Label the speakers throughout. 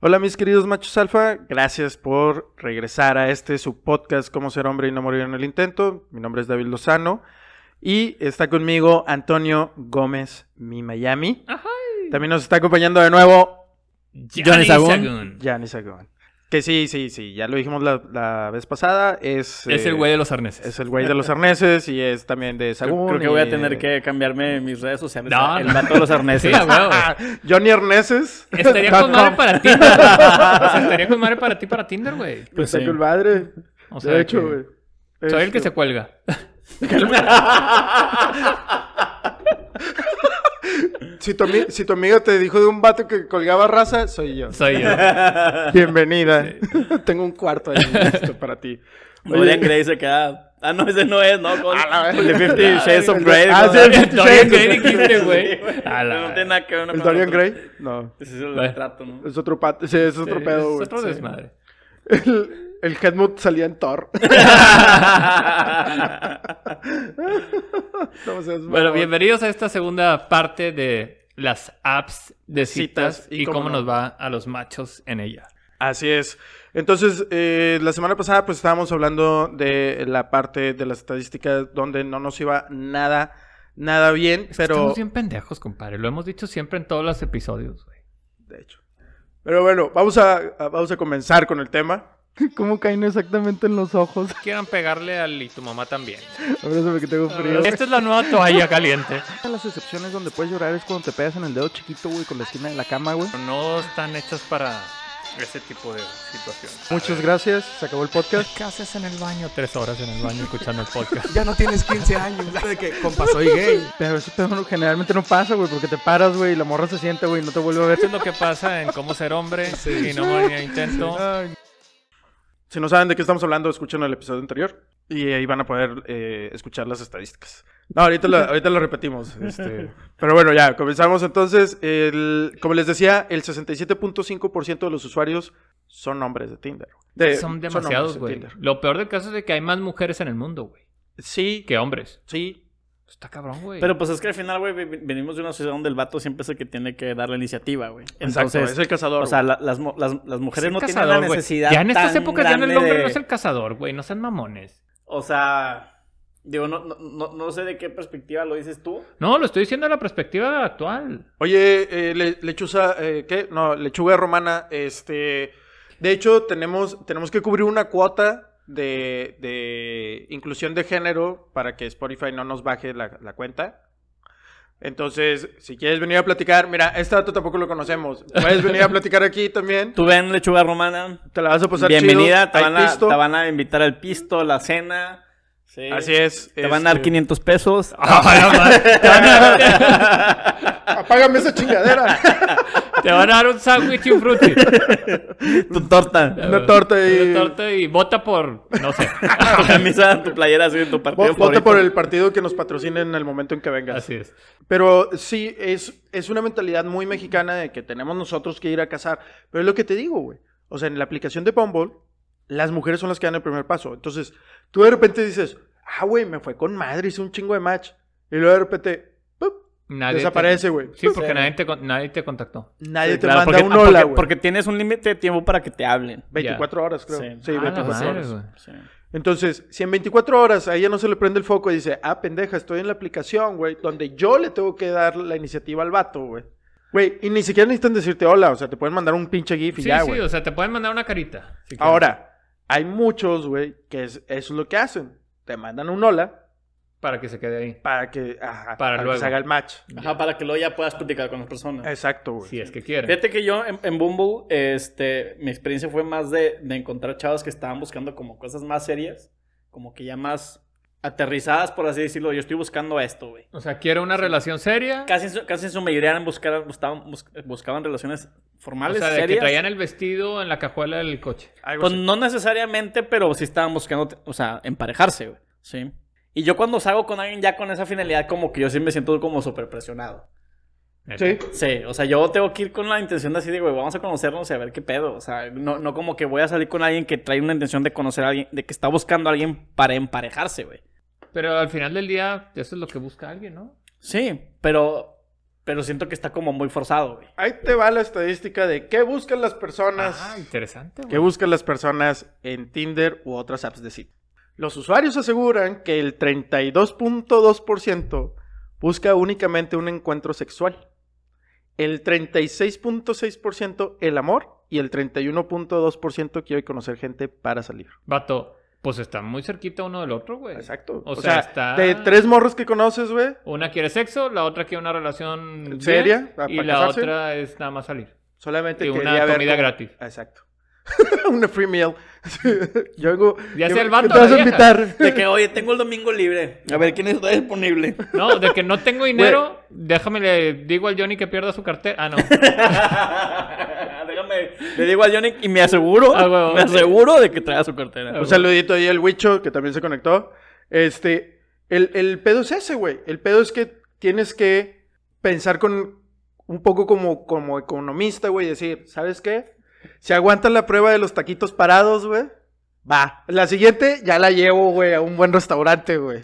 Speaker 1: Hola mis queridos machos alfa, gracias por regresar a este su podcast Cómo ser hombre y no morir en el intento. Mi nombre es David Lozano y está conmigo Antonio Gómez, mi Miami. También nos está acompañando de nuevo
Speaker 2: Johnny Sagún.
Speaker 1: Gianni Sagón. Que sí, sí, sí, ya lo dijimos la, la vez pasada, es...
Speaker 2: Es
Speaker 1: eh,
Speaker 2: el güey de los arneses.
Speaker 1: Es el güey de los arneses y es también de Sagún.
Speaker 3: Creo, creo que
Speaker 1: y
Speaker 3: voy a
Speaker 1: de-
Speaker 3: tener que cambiarme mis redes sociales.
Speaker 2: No,
Speaker 3: a el
Speaker 2: no.
Speaker 3: vato de los arneses.
Speaker 2: Sí, a huevo.
Speaker 1: Johnny Arneses.
Speaker 2: Estaría con madre para Tinder. O sea, estaría con madre para ti para Tinder, güey.
Speaker 3: Pues sí.
Speaker 1: madre.
Speaker 2: O sea,
Speaker 1: de hecho,
Speaker 2: que-
Speaker 1: güey.
Speaker 2: Soy el que
Speaker 1: Este-
Speaker 2: se cuelga.
Speaker 1: Si tu, ami- si tu amigo te dijo de un vato que colgaba raza, soy yo.
Speaker 2: Soy yo.
Speaker 1: Bienvenida. Tengo un cuarto ahí listo para ti.
Speaker 3: Dorian Gray se queda. Ah, no, ese no es, ¿no? Con,
Speaker 1: A la vez.
Speaker 3: el de Fifty Shades of
Speaker 1: El de-
Speaker 3: Grey.
Speaker 1: Ah,
Speaker 3: ¿no?
Speaker 1: sí, el de-
Speaker 2: Dorian Gray dijiste, güey. A la-
Speaker 3: No tiene nada que ver una
Speaker 1: ¿El
Speaker 3: con la
Speaker 1: Dorian
Speaker 3: otra.
Speaker 1: Gray? No.
Speaker 3: Ese es el
Speaker 2: Bueno.
Speaker 3: trato, ¿no?
Speaker 1: Es otro pato. Sí, es otro pedo,
Speaker 2: Es
Speaker 1: güey.
Speaker 2: otro
Speaker 1: Sí.
Speaker 2: desmadre.
Speaker 1: El, el Helmut salía en Thor. No seas
Speaker 2: Bueno,
Speaker 1: mamón.
Speaker 2: bienvenidos a esta segunda parte de las apps de citas,
Speaker 1: Citas,
Speaker 2: y, cómo, nos va a los machos en ella.
Speaker 1: Así es. Entonces, eh, la semana pasada pues estábamos hablando de la parte de las estadísticas donde no nos iba nada, nada bien, pero...
Speaker 2: Estamos bien pendejos, compadre. Lo hemos dicho siempre en todos los episodios, güey.
Speaker 1: De hecho. Pero bueno, vamos a, a- vamos a comenzar con el tema. ¿Cómo caen exactamente en los ojos?
Speaker 2: Quieran pegarle al y tu mamá también.
Speaker 1: Abrázame que tengo
Speaker 2: Esta es la nueva toalla caliente.
Speaker 4: de las excepciones donde puedes llorar es cuando te pegas en el dedo chiquito, güey, con la esquina de la cama, güey.
Speaker 2: No están hechas para ese tipo de situaciones.
Speaker 1: Muchas gracias, se acabó el podcast.
Speaker 2: ¿Qué haces en el baño? Tres horas en el baño escuchando el podcast.
Speaker 5: Ya no tienes 15 años. De que, compa, soy gay.
Speaker 4: Pero eso pedo no- generalmente no pasa, güey, porque te paras, güey, y la morra se sienta, güey, y no te vuelve a ver.
Speaker 2: Esto es lo que pasa en cómo ser hombre y no morir en intento.
Speaker 1: Si no saben de qué estamos hablando, escuchen el episodio anterior y ahí van a poder eh, escuchar las estadísticas. No, ahorita lo, ahorita lo repetimos. este. Pero bueno, ya, comenzamos entonces. El- como les decía, el 67.5% de los usuarios son hombres de Tinder.
Speaker 3: Eh,
Speaker 1: De-
Speaker 2: Son
Speaker 1: hombres
Speaker 2: demasiados,
Speaker 1: de
Speaker 2: güey.
Speaker 1: Tinder.
Speaker 2: Lo peor del caso es de que hay más mujeres en el mundo, güey,
Speaker 1: Sí,
Speaker 2: que hombres.
Speaker 1: sí.
Speaker 2: Está cabrón, güey.
Speaker 3: Pero pues es que al final, güey, ve- venimos de una sociedad donde el vato siempre es el que tiene que dar la iniciativa, güey.
Speaker 1: Exacto, es
Speaker 3: Entonces,
Speaker 1: el cazador.
Speaker 3: o sea, la- las, mo- las, las
Speaker 2: Es
Speaker 3: mujeres
Speaker 2: el
Speaker 3: no
Speaker 2: cazador,
Speaker 3: tienen la
Speaker 2: güey.
Speaker 3: necesidad
Speaker 2: Ya en estas
Speaker 3: tan
Speaker 2: épocas ya no el
Speaker 3: grande
Speaker 2: hombre
Speaker 3: de-
Speaker 2: no es el cazador, güey. No sean mamones.
Speaker 3: O sea, digo, no, no, no, no sé de qué perspectiva lo dices tú.
Speaker 2: No, lo estoy diciendo de la perspectiva actual.
Speaker 1: Oye, eh, le- lechuza, eh, ¿qué? No, lechuga romana, este... De hecho, tenemos, tenemos que cubrir una cuota de, de inclusión de género para que Spotify no nos baje la, la cuenta. Entonces, si quieres venir a platicar, mira, este dato tampoco lo conocemos. Puedes venir a platicar aquí también.
Speaker 3: Tú ven lechuga romana.
Speaker 1: Te la vas a pasar
Speaker 3: Bienvenida,
Speaker 1: Pues, chido.
Speaker 3: te
Speaker 1: Hay
Speaker 3: van, a,
Speaker 1: pisto.
Speaker 3: te van a invitar al pisto, la cena. Sí.
Speaker 1: Así es. este, Ah,
Speaker 3: Te van a dar 500 pesos.
Speaker 1: Apágame esa chingadera.
Speaker 2: Te van a dar un sándwich y un frutti.
Speaker 3: tu torta.
Speaker 1: Una torta y...
Speaker 2: Una torta y vota por, no sé.
Speaker 3: tu camisa, tu playera, así, tu partido
Speaker 1: Vo- Vota
Speaker 3: favorito.
Speaker 1: por el partido que nos patrocine en el momento en que vengas.
Speaker 2: Así es.
Speaker 1: Pero sí, es, es una mentalidad muy mexicana de que tenemos nosotros que ir a cazar. Pero es lo que te digo, güey. O sea, en la aplicación de Bumble, las mujeres son las que dan el primer paso. Entonces, tú de repente dices, ah, güey, me fue con madre, hice un chingo de match. Y luego de repente, ¡pup!
Speaker 2: Nadie te-
Speaker 1: desaparece, güey.
Speaker 2: Sí, porque nadie te, con- nadie te contactó.
Speaker 1: Nadie
Speaker 3: Sí,
Speaker 1: te
Speaker 3: claro,
Speaker 1: manda
Speaker 3: porque,
Speaker 1: un
Speaker 3: ah,
Speaker 1: hola,
Speaker 3: porque-
Speaker 1: güey.
Speaker 3: porque tienes un límite de tiempo para que te hablen.
Speaker 1: 24 horas, creo.
Speaker 3: Sí.
Speaker 1: Sí,
Speaker 3: Ah,
Speaker 2: A la
Speaker 1: 24
Speaker 2: madre,
Speaker 1: horas.
Speaker 2: güey.
Speaker 3: Sí.
Speaker 1: Entonces, si en 24 horas a ella no se le prende el foco y dice, ah, pendeja, estoy en la aplicación, güey, donde yo le tengo que dar la iniciativa al vato, güey. Güey, y ni siquiera necesitan decirte hola, o sea, te pueden mandar un pinche GIF y
Speaker 2: Sí,
Speaker 1: ya,
Speaker 2: sí,
Speaker 1: güey.
Speaker 2: o sea, te pueden mandar una carita. si quieres.
Speaker 1: Ahora, hay muchos, güey, que es, eso es lo que hacen. Te mandan un hola
Speaker 2: Para que se quede ahí.
Speaker 1: para que, ajá, para
Speaker 2: Para
Speaker 1: que
Speaker 2: luego.
Speaker 1: se haga el match.
Speaker 3: Ajá, para que luego ya puedas platicar con las personas.
Speaker 1: Exacto, güey.
Speaker 2: Si es que quieren.
Speaker 3: Fíjate que yo en, en Bumble, este, mi experiencia fue más de, de encontrar chavas que estaban buscando como cosas más serias, como que ya más aterrizadas, por así decirlo. Yo estoy buscando esto, güey.
Speaker 2: O sea, quiero una relación seria.
Speaker 3: Casi, en su- casi en su mayoría eran buscar, buscaban, bus- buscaban relaciones
Speaker 2: O
Speaker 3: formales,
Speaker 2: sea, de que
Speaker 3: serias.
Speaker 2: traían el vestido en la cajuela del coche.
Speaker 1: Algo
Speaker 3: Pues
Speaker 1: así.
Speaker 3: no necesariamente, pero sí estaban buscando, o sea, emparejarse, güey. Sí. Y yo cuando salgo con alguien ya con esa finalidad, como que yo sí me siento como súper presionado.
Speaker 1: Sí.
Speaker 3: Sí, o sea, yo tengo que ir con la intención de así de, güey, vamos a conocernos y a ver qué pedo. O sea, no, no como que voy a salir con alguien que trae una intención de conocer a alguien, de que está buscando a alguien para emparejarse, güey.
Speaker 2: Pero al final del día, eso es lo que busca alguien, ¿no?
Speaker 3: Sí, pero Pero siento que está como muy forzado, güey.
Speaker 1: Ahí te va la estadística de qué buscan las personas.
Speaker 2: Ah, interesante, güey.
Speaker 1: ¿Qué buscan las personas en Tinder u otras apps de cita? Los usuarios aseguran que el 32.2% busca únicamente un encuentro sexual, el 36.6% el amor y el 31.2% quiere conocer gente para salir.
Speaker 2: Vato, pues está muy cerquita uno del otro, güey.
Speaker 1: Exacto.
Speaker 2: O sea, está-
Speaker 1: de tres morros que conoces, güey.
Speaker 2: Una quiere sexo, la otra quiere una relación bien,
Speaker 1: Seria, pa-
Speaker 2: y
Speaker 1: pa'
Speaker 2: la
Speaker 1: casarse.
Speaker 2: otra es nada más salir.
Speaker 1: Solamente
Speaker 2: Y una
Speaker 1: quería ver
Speaker 2: comida
Speaker 1: cómo-
Speaker 2: gratis.
Speaker 1: Exacto. una free meal. Yo vengo.
Speaker 2: Ya
Speaker 1: yo-
Speaker 2: sea el vato
Speaker 1: ¿qué te
Speaker 2: o
Speaker 1: vas a
Speaker 2: la vieja.
Speaker 1: invitar?
Speaker 3: De que, oye, tengo el domingo libre. A ver quién está disponible.
Speaker 2: No, de que no tengo dinero, déjame le digo al Johnny que pierda su cartera. Ah, no.
Speaker 3: Déjame. Le digo a Johnny y me aseguro.
Speaker 2: Ah, huevo.
Speaker 3: me aseguro de que traiga su cartera.
Speaker 1: Un saludito ahí al Huicho, que también se conectó. Este, el, el pedo es ese, güey. El pedo es que tienes que pensar con un poco como, como economista, güey. Decir, ¿sabes qué? Si aguantas la prueba de los taquitos parados, güey, va. La siguiente ya la llevo, güey, a un buen restaurante, güey.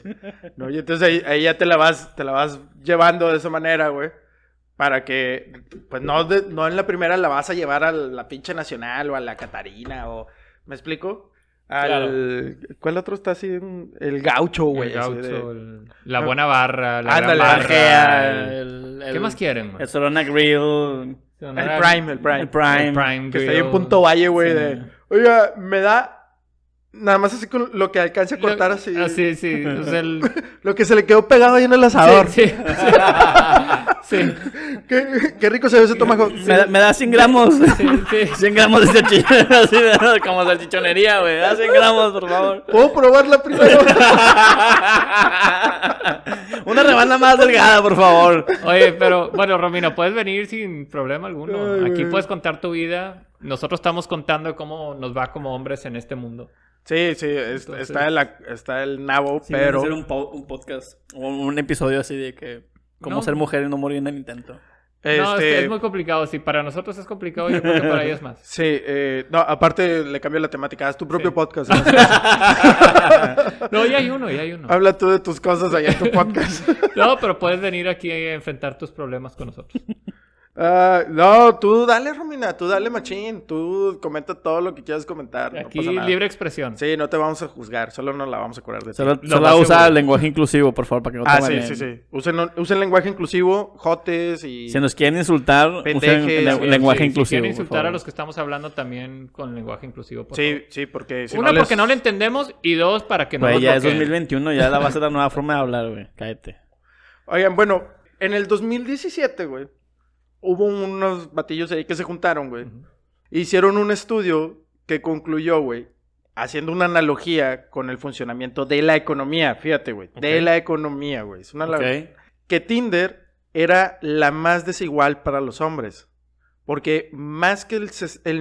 Speaker 1: ¿No? Y entonces ahí, ahí ya te la, vas, te la vas llevando de esa manera, güey. Para que, pues no, de- no en la primera la vas a llevar a la pinche nacional o a la Catarina o... ¿Me explico? Al... ¿Cuál otro está así? Un- El gaucho,
Speaker 2: El
Speaker 1: güey. así
Speaker 2: gaucho,
Speaker 1: de-
Speaker 2: el- La buena barra, la
Speaker 1: Ándale,
Speaker 2: gran
Speaker 1: la
Speaker 2: barra.
Speaker 3: Ajea,
Speaker 2: el-
Speaker 3: el-
Speaker 2: ¿Qué
Speaker 3: el-
Speaker 2: más quieren? man?
Speaker 3: El Sorona Grill.
Speaker 1: El prime, el prime.
Speaker 3: El Prime.
Speaker 2: El Prime
Speaker 1: Que está ahí en
Speaker 2: Grill.
Speaker 1: Punto Valle, güey.
Speaker 3: Sí.
Speaker 1: de, Oiga, me da... Nada más así con lo que alcance a
Speaker 2: Lo-
Speaker 1: cortar así.
Speaker 2: Ah, sí, sí. o sea, el-
Speaker 1: Lo que se le quedó pegado ahí en el asador.
Speaker 2: Sí, sí, sí.
Speaker 1: Qué, qué rico se ve ese tomajo.
Speaker 3: Me, da, me da 100 gramos.
Speaker 2: Sí, sí, sí.
Speaker 3: 100 gramos de salchichón. Así de- como salchichonería, güey. Da 100 gramos, por favor.
Speaker 1: ¿Puedo probarla primero?
Speaker 3: Una rebana más delgada, por favor.
Speaker 2: Oye, pero bueno, Romino, puedes venir sin problema alguno.
Speaker 1: Ay,
Speaker 2: Aquí
Speaker 1: güey.
Speaker 2: puedes contar tu vida. Nosotros estamos contando cómo nos va como hombres en este mundo.
Speaker 1: sí, sí. es-
Speaker 2: Entonces-
Speaker 1: está, el, ac- está el nabo,
Speaker 3: Sí,
Speaker 1: pero...
Speaker 3: hacer un, po- un podcast o un episodio así de que cómo
Speaker 2: No.
Speaker 3: ser mujer y no morir en el intento.
Speaker 2: No, es,
Speaker 1: este,
Speaker 2: que es muy complicado. Si para nosotros es complicado, yo creo que para ellos más.
Speaker 1: Sí, eh, no, aparte le cambio la temática. Haz tu propio
Speaker 2: Sí.
Speaker 1: podcast.
Speaker 2: No, ya hay uno, ya hay uno.
Speaker 1: Habla tú de tus cosas allá en tu podcast.
Speaker 2: No, pero puedes venir aquí a enfrentar tus problemas con nosotros.
Speaker 1: Ah, no, tú dale, Romina, tú dale, machín. Tú comenta todo lo que quieras comentar. no
Speaker 2: Aquí
Speaker 1: pasa nada.
Speaker 2: libre expresión.
Speaker 1: Sí, no te vamos a juzgar, solo nos la vamos a curar de ti.
Speaker 3: Solo,
Speaker 2: Lo
Speaker 3: solo
Speaker 2: más
Speaker 3: usa
Speaker 2: seguro.
Speaker 3: el lenguaje inclusivo, por favor, para que no
Speaker 1: Ah,
Speaker 3: tomen
Speaker 1: sí, sí,
Speaker 3: en-
Speaker 1: sí. Usen, usen lenguaje inclusivo, jotes y...
Speaker 3: Si nos quieren insultar, usen
Speaker 1: Pendejes,
Speaker 3: le-
Speaker 1: sí,
Speaker 3: lenguaje
Speaker 2: Sí,
Speaker 3: inclusivo.
Speaker 2: Si quieren
Speaker 3: por
Speaker 2: insultar a
Speaker 3: favor.
Speaker 2: los que estamos hablando también con lenguaje inclusivo. por
Speaker 1: Sí,
Speaker 2: favor.
Speaker 1: sí, porque si
Speaker 2: Una,
Speaker 1: no les-
Speaker 2: porque no le entendemos. Y dos, para que no
Speaker 3: Güey,
Speaker 2: nos
Speaker 3: ya es
Speaker 2: bloqueen.
Speaker 3: 2021, ya la va a ser la nueva forma de hablar, güey. Cállate.
Speaker 1: Oigan, bueno, en el 2017, güey, hubo unos batillos ahí que se juntaron, güey.
Speaker 2: Ujú.
Speaker 1: Hicieron un estudio que concluyó, güey, haciendo una analogía con el funcionamiento de la economía, fíjate, güey, de
Speaker 3: Ok.
Speaker 1: la economía, güey. Es una
Speaker 3: Ok.
Speaker 1: analogía. Que Tinder era la más desigual para los hombres. Porque más que el, ses- el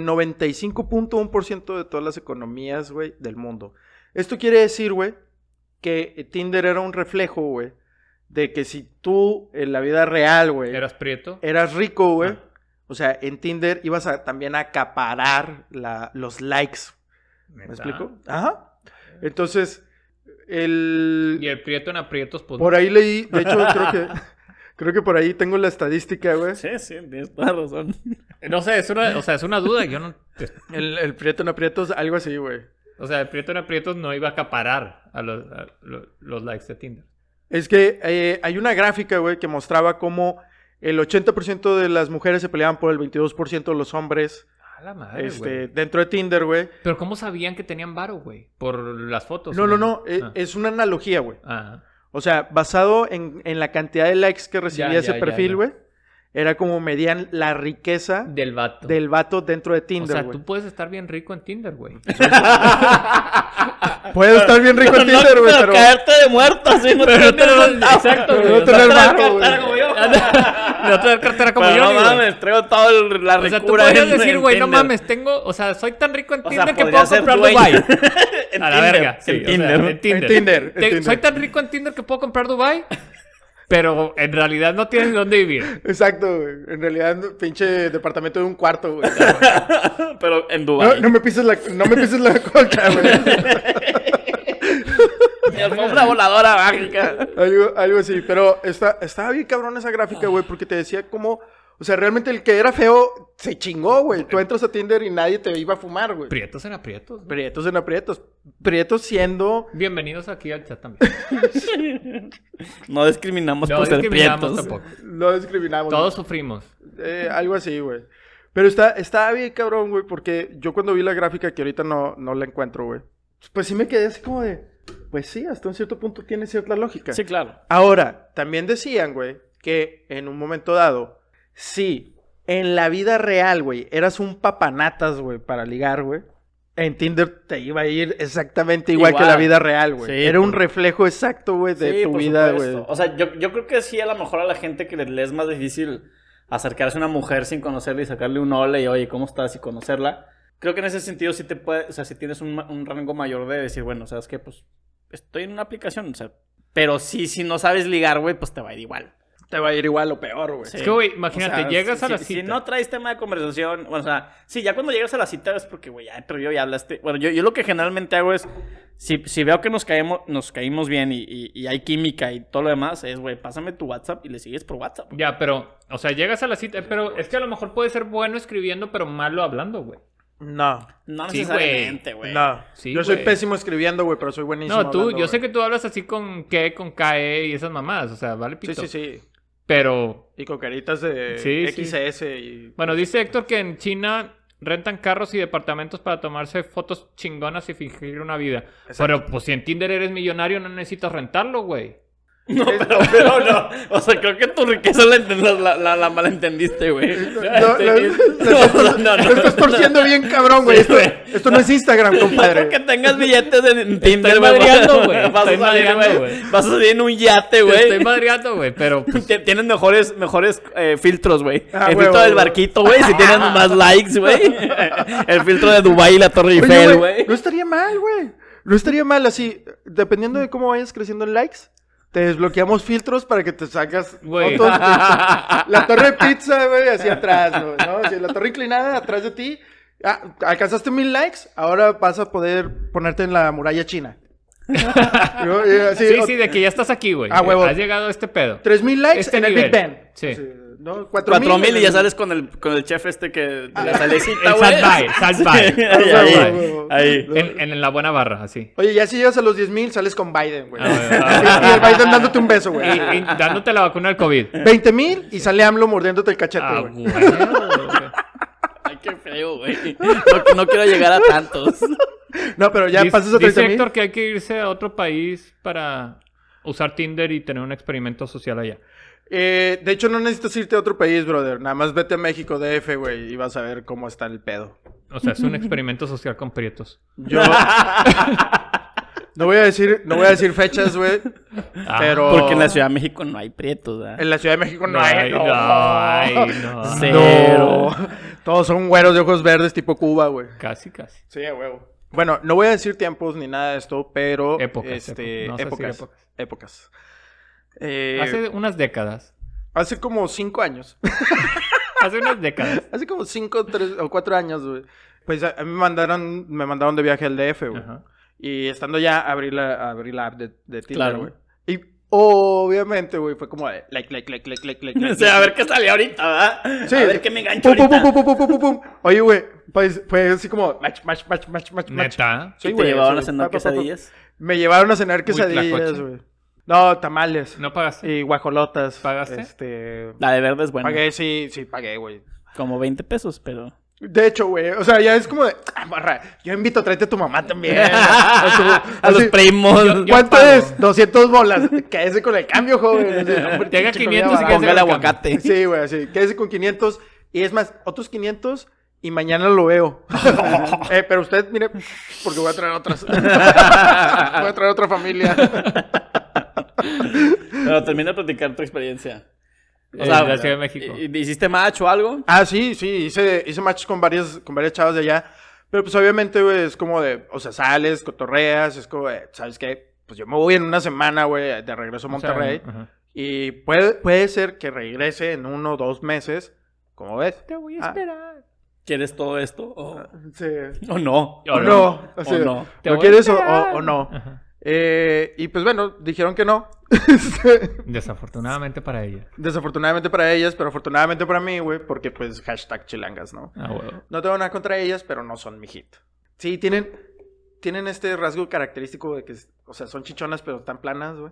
Speaker 1: 95.1% de todas las economías, güey, del mundo. Esto quiere decir, güey, que Tinder era un reflejo, güey, de que si tú en la vida real, güey,
Speaker 2: Eras prieto.
Speaker 1: eras rico, güey.
Speaker 2: Ah.
Speaker 1: O sea, en Tinder ibas a también a acaparar la- los likes. ¿Me
Speaker 2: ¿Neta?
Speaker 1: explico? Ajá. Entonces, el...
Speaker 2: Y el prieto en aprietos, pues.
Speaker 1: Por ahí leí, de hecho, creo que, creo que por ahí tengo la estadística, güey.
Speaker 3: Sí, sí, tienes toda la razón.
Speaker 2: No sé, es una, o sea, es una duda. Yo no.
Speaker 1: El, el prieto en aprietos, algo así, güey.
Speaker 2: O sea, el prieto en aprietos no iba a acaparar a los, a lo- los likes de Tinder.
Speaker 1: Es que eh, hay una gráfica, güey, que mostraba cómo el 80% de las mujeres se peleaban por el 22% de los hombres
Speaker 2: A la madre,
Speaker 1: este,
Speaker 2: güey.
Speaker 1: dentro de Tinder, güey.
Speaker 2: Pero ¿cómo sabían que tenían varo, güey? Por las fotos.
Speaker 1: No, no, no, eh,
Speaker 2: Ah.
Speaker 1: es una analogía, güey.
Speaker 2: Ah.
Speaker 1: O sea, basado en, en la cantidad de likes que recibía
Speaker 2: ya,
Speaker 1: ese
Speaker 2: ya,
Speaker 1: perfil,
Speaker 2: ya.
Speaker 1: güey, era como medían la riqueza
Speaker 2: Ah. Del vato.
Speaker 1: del vato dentro de
Speaker 2: o
Speaker 1: Tinder,
Speaker 2: sea,
Speaker 1: güey.
Speaker 2: tú puedes estar bien rico en Tinder, güey.
Speaker 1: Puedo
Speaker 2: Ah,
Speaker 1: estar bien rico en Tinder, güey, pero...
Speaker 3: caerte de muerto, así no
Speaker 2: Pero no
Speaker 3: tener-
Speaker 2: tener- exacto,
Speaker 1: pero
Speaker 2: güey.
Speaker 1: no
Speaker 2: O sea,
Speaker 1: tener
Speaker 2: no
Speaker 1: varo, güey.
Speaker 2: tener cartera como yo. De no tener cartera como
Speaker 3: Pero
Speaker 2: yo,
Speaker 3: no
Speaker 2: güey.
Speaker 3: mames, traigo toda el- la
Speaker 2: O sea, tú
Speaker 3: ricura
Speaker 2: podrías
Speaker 3: en-
Speaker 2: decir,
Speaker 3: en
Speaker 2: güey, no
Speaker 3: Tinder.
Speaker 2: mames, tengo... O sea, soy tan rico en
Speaker 3: O sea,
Speaker 2: Tinder que
Speaker 3: podría
Speaker 2: puedo
Speaker 3: ser
Speaker 2: comprar
Speaker 3: dueño.
Speaker 2: Dubai.
Speaker 3: En
Speaker 2: a la
Speaker 3: Tinder,
Speaker 2: verga.
Speaker 3: en
Speaker 2: sí, o sea,
Speaker 3: Tinder.
Speaker 2: en Tinder.
Speaker 1: En Tinder, en
Speaker 2: Te-
Speaker 1: Tinder.
Speaker 2: Soy tan rico en Tinder que puedo comprar Dubai, pero en realidad no tienes dónde vivir.
Speaker 1: Exacto, güey. En realidad, no- pinche departamento de un cuarto, güey.
Speaker 3: Pero en
Speaker 1: No,
Speaker 3: Dubái.
Speaker 1: no me pises la, no me pises la colcha, güey.
Speaker 3: Mi alfombra voladora mágica.
Speaker 1: Algo, algo así, pero está, estaba bien cabrón esa gráfica, güey, porque te decía como... O sea, realmente el que era feo se chingó, güey. Tú entras a Tinder y nadie te iba a fumar, güey.
Speaker 2: Prietos en aprietos. ¿no?
Speaker 1: Prietos en aprietos. Prietos siendo...
Speaker 2: Bienvenidos aquí al chat también.
Speaker 3: No discriminamos
Speaker 2: No
Speaker 3: por ser
Speaker 2: discriminamos
Speaker 3: prietos.
Speaker 2: tampoco.
Speaker 1: No discriminamos.
Speaker 2: Todos sufrimos.
Speaker 1: Eh, algo así, güey. Pero está, está bien cabrón, güey, porque yo cuando vi la gráfica que ahorita no, no la encuentro, güey. Pues sí me quedé así como de... Pues sí, hasta un cierto punto tiene cierta lógica.
Speaker 3: Sí, claro.
Speaker 1: Ahora, también decían, güey, que en un momento dado, si en la vida real, güey, eras un papanatas, güey, para ligar, güey, en Tinder te iba a ir exactamente igual, que
Speaker 3: Igual.
Speaker 1: la vida real, güey.
Speaker 3: Sí,
Speaker 1: Era un
Speaker 3: por-
Speaker 1: reflejo exacto, güey, de
Speaker 3: Sí,
Speaker 1: tu
Speaker 3: por
Speaker 1: vida,
Speaker 3: supuesto.
Speaker 1: güey.
Speaker 3: O sea, yo, yo creo que sí, a lo mejor a la gente que le, le es más difícil acercarse a una mujer sin conocerla y sacarle un hola y oye, ¿cómo estás? Y conocerla. Creo que en ese sentido sí te puede, o sea, si tienes un, ma- un rango mayor de decir, bueno, sabes que pues estoy en una aplicación, o sea, pero sí, si no sabes ligar, güey, pues te va a ir igual.
Speaker 1: Te va a ir igual o peor, güey.
Speaker 2: Es que, güey, imagínate,
Speaker 3: Eh, O sea,
Speaker 2: llegas
Speaker 3: si-
Speaker 2: a la
Speaker 3: si-
Speaker 2: cita.
Speaker 3: Si no traes tema de conversación, bueno, o sea, sí, ya cuando llegas a la cita es porque, güey, ya, pero yo ya hablaste. Bueno, yo, yo lo que generalmente hago es, si, si veo que nos caemos, nos caímos bien y, y- y hay química y todo lo demás, es, güey, pásame tu WhatsApp y le sigues por WhatsApp.
Speaker 2: Ya, pero, o sea, llegas a la cita, pero es que a lo mejor puede ser bueno escribiendo, pero malo hablando, güey.
Speaker 1: No,
Speaker 3: No
Speaker 2: Sí,
Speaker 3: necesariamente, güey.
Speaker 1: no.
Speaker 2: Sí,
Speaker 1: yo soy
Speaker 2: güey.
Speaker 1: pésimo escribiendo, güey, pero soy buenísimo.
Speaker 2: No, tú,
Speaker 1: hablando,
Speaker 2: yo
Speaker 1: güey.
Speaker 2: sé que tú hablas así con que, con KE y esas mamadas, o sea, vale pito.
Speaker 1: Sí, sí, sí.
Speaker 2: Pero,
Speaker 1: Y con caritas de
Speaker 2: Sí, sí.
Speaker 1: XS y...
Speaker 2: bueno, dice Héctor que en China rentan carros y departamentos para tomarse fotos chingonas y fingir una vida.
Speaker 1: Exacto.
Speaker 2: Pero, pues, si en Tinder eres millonario, no necesitas rentarlo, güey.
Speaker 3: No, pero, pero no. O sea, creo que tu riqueza la, enten- la, la- la malentendiste, güey.
Speaker 1: No,
Speaker 3: Sí.
Speaker 1: lo-
Speaker 3: No, no, no.
Speaker 1: Lo estás torciendo bien cabrón, güey.
Speaker 3: Sí,
Speaker 1: esto,
Speaker 3: güey.
Speaker 1: esto no es Instagram, compadre.
Speaker 3: Porque tengas billetes en- en Tinder, güey.
Speaker 2: madreando, güey.
Speaker 3: Vas a
Speaker 2: Estoy
Speaker 3: salir,
Speaker 2: madreando,
Speaker 3: güey.
Speaker 2: güey.
Speaker 3: Vas a salir en un yate,
Speaker 2: Te
Speaker 3: güey.
Speaker 2: estoy madreando, güey, pero... pues,
Speaker 3: Te- Tienen mejores, mejores eh, filtros, güey.
Speaker 1: Ah,
Speaker 3: el
Speaker 1: huevo,
Speaker 3: filtro del
Speaker 1: huevo.
Speaker 3: barquito, güey. Si tienen más likes, güey. El filtro de Dubai y la Torre
Speaker 1: Oye, güey,
Speaker 3: Eiffel, güey.
Speaker 1: No estaría mal, güey. No estaría mal así, dependiendo de cómo vayas creciendo en likes. Te desbloqueamos filtros para que te sacas
Speaker 2: Güey.
Speaker 1: fotos. La torre de pizza, güey, hacia atrás, ¿no? ¿No? Así, la torre inclinada atrás de ti. Ah, alcanzaste mil likes, ahora vas a poder ponerte en la muralla china. ¿No? Y así,
Speaker 2: Sí,
Speaker 1: o-
Speaker 2: sí, de que ya estás aquí, güey.
Speaker 1: Ah, huevo.
Speaker 2: Has llegado a este pedo.
Speaker 1: Tres mil likes
Speaker 2: Este
Speaker 1: en el
Speaker 2: nivel.
Speaker 1: Big Ben.
Speaker 2: Sí.
Speaker 1: ¿no?
Speaker 3: Cuatro mil y
Speaker 1: en-
Speaker 3: ya
Speaker 1: Ah.
Speaker 3: sales con el, con el chef este que... de la salecita,
Speaker 2: El
Speaker 3: güey.
Speaker 2: salvae, salvae.
Speaker 3: Sí, ahí, ahí,
Speaker 2: Salvae.
Speaker 3: ahí.
Speaker 2: En, en la buena barra, así.
Speaker 1: Oye, ya si llegas a los 10 mil, sales con Biden, güey.
Speaker 2: Ah, bueno.
Speaker 1: y el Biden dándote un beso, güey.
Speaker 2: Y- y dándote la vacuna del COVID.
Speaker 1: 20 mil y sale AMLO mordiéndote el cachete,
Speaker 2: Ah,
Speaker 1: güey.
Speaker 2: güey.
Speaker 3: Ay, qué feo, güey. No, no quiero llegar a tantos.
Speaker 1: No, pero ya
Speaker 2: Dice-
Speaker 1: pasas a
Speaker 2: Dice
Speaker 1: 30 mil.
Speaker 2: Héctor que hay que irse a otro país para usar Tinder y tener un experimento social allá.
Speaker 1: Eh, de hecho, no necesitas irte a otro país, brother. Nada más vete a México DF, güey, y vas a ver cómo está el pedo.
Speaker 2: O sea, es un experimento social con prietos.
Speaker 1: Yo... no, voy a decir, no voy a decir fechas, güey.
Speaker 2: Ah,
Speaker 1: pero...
Speaker 3: Porque en la Ciudad de México no hay prietos, ¿verdad?
Speaker 1: en la Ciudad de México no,
Speaker 2: No
Speaker 1: hay...
Speaker 2: hay, no hay, no hay.
Speaker 1: No. Todos son güeros de ojos verdes tipo Cuba, güey.
Speaker 2: Casi, casi.
Speaker 1: Sí, a huevo. Bueno, no voy a decir tiempos ni nada de esto, pero...
Speaker 2: Épocas,
Speaker 1: Este,
Speaker 2: época- no sé si
Speaker 1: épocas,
Speaker 2: épocas.
Speaker 1: épocas. Eh, hace...
Speaker 2: Hace unas décadas.
Speaker 1: como cinco años.
Speaker 2: Hace unas décadas.
Speaker 1: hace como cinco, tres o cuatro años, güey. Pues a, a mí me mandaron, me mandaron de viaje al DF, güey.
Speaker 2: Ajá.
Speaker 1: Y estando ya, abrí la, abrí la app de, de Tinder,
Speaker 3: Claro.
Speaker 1: güey. Y obviamente, güey, fue como de like, like, like, like, like, like, like.
Speaker 3: O sea, a ver qué sale ahorita, ¿verdad?
Speaker 1: Sí.
Speaker 3: A ver qué me engancho
Speaker 1: Pum, pum,
Speaker 3: ahorita.
Speaker 1: pum, pum, pum, pum, pum, pum, pum. Oye, güey, pues fue así como match, match, match, match, match, match.
Speaker 2: Neta.
Speaker 1: Sí,
Speaker 3: ¿Y te
Speaker 1: güey,
Speaker 3: llevaban
Speaker 1: sí,
Speaker 3: a cenar
Speaker 1: pa, pa, pa, pa.
Speaker 3: quesadillas?
Speaker 1: Me llevaron a cenar quesadillas,
Speaker 2: Huitlacoche.
Speaker 1: güey. No, tamales.
Speaker 2: No pagaste.
Speaker 1: Y guajolotas.
Speaker 2: ¿Pagaste?
Speaker 1: Este...
Speaker 3: La de verde es buena.
Speaker 1: Pagué, sí, sí, pagué, güey.
Speaker 3: Como 20 pesos, pero...
Speaker 1: De hecho, güey, o sea, ya es como de, ah, barra, yo invito, tráete a tu mamá también. A, su-
Speaker 3: A los
Speaker 1: así,
Speaker 3: primos.
Speaker 1: ¿Cuánto
Speaker 2: pago.
Speaker 1: es? 200 bolas. Quédese con el cambio, joven. Así, no, hombre,
Speaker 2: Tenga
Speaker 1: pinche
Speaker 2: 500
Speaker 1: comida
Speaker 2: y
Speaker 1: barata.
Speaker 3: Póngale
Speaker 2: el cambio.
Speaker 3: aguacate.
Speaker 1: Sí, güey, así, quédese con 500. Y es más, otros 500 y mañana lo veo. Eh, pero usted, mire, porque voy a traer otras. voy a traer otra familia.
Speaker 3: Pero termina de platicar tu experiencia.
Speaker 2: En la Ciudad de México.
Speaker 3: ¿y- y- ¿Hiciste match o algo?
Speaker 1: Ah, sí, sí, hice, hice matches con varias, con varias chavas de allá. Pero pues obviamente, güey, es como de, o sea, sales, cotorreas, es como de, ¿sabes qué? Pues yo me voy en una semana, güey, de regreso a
Speaker 2: O sea,
Speaker 1: Monterrey.
Speaker 2: ajá.
Speaker 1: y puede, puede ser que regrese en uno o dos meses, como ves.
Speaker 2: Te voy a
Speaker 1: Ah.
Speaker 2: esperar.
Speaker 3: ¿Quieres todo esto o,
Speaker 1: Sí.
Speaker 3: o no?
Speaker 1: O
Speaker 2: O
Speaker 1: no, o,
Speaker 3: no.
Speaker 1: no.
Speaker 2: Te
Speaker 1: ¿Lo
Speaker 2: voy a
Speaker 1: quieres o, o-
Speaker 2: esperar.
Speaker 1: o no?
Speaker 2: Ajá.
Speaker 1: Eh, y pues bueno, dijeron que no. Este,
Speaker 2: Desafortunadamente para ella.
Speaker 1: Desafortunadamente para ellas, pero afortunadamente para mí, güey, porque pues hashtag chilangas, ¿no?
Speaker 2: Ah, huevo.
Speaker 1: No tengo nada contra ellas, pero no son mi hit. Sí, tienen, tienen este rasgo característico de que, o sea, son chichonas, pero están planas, güey.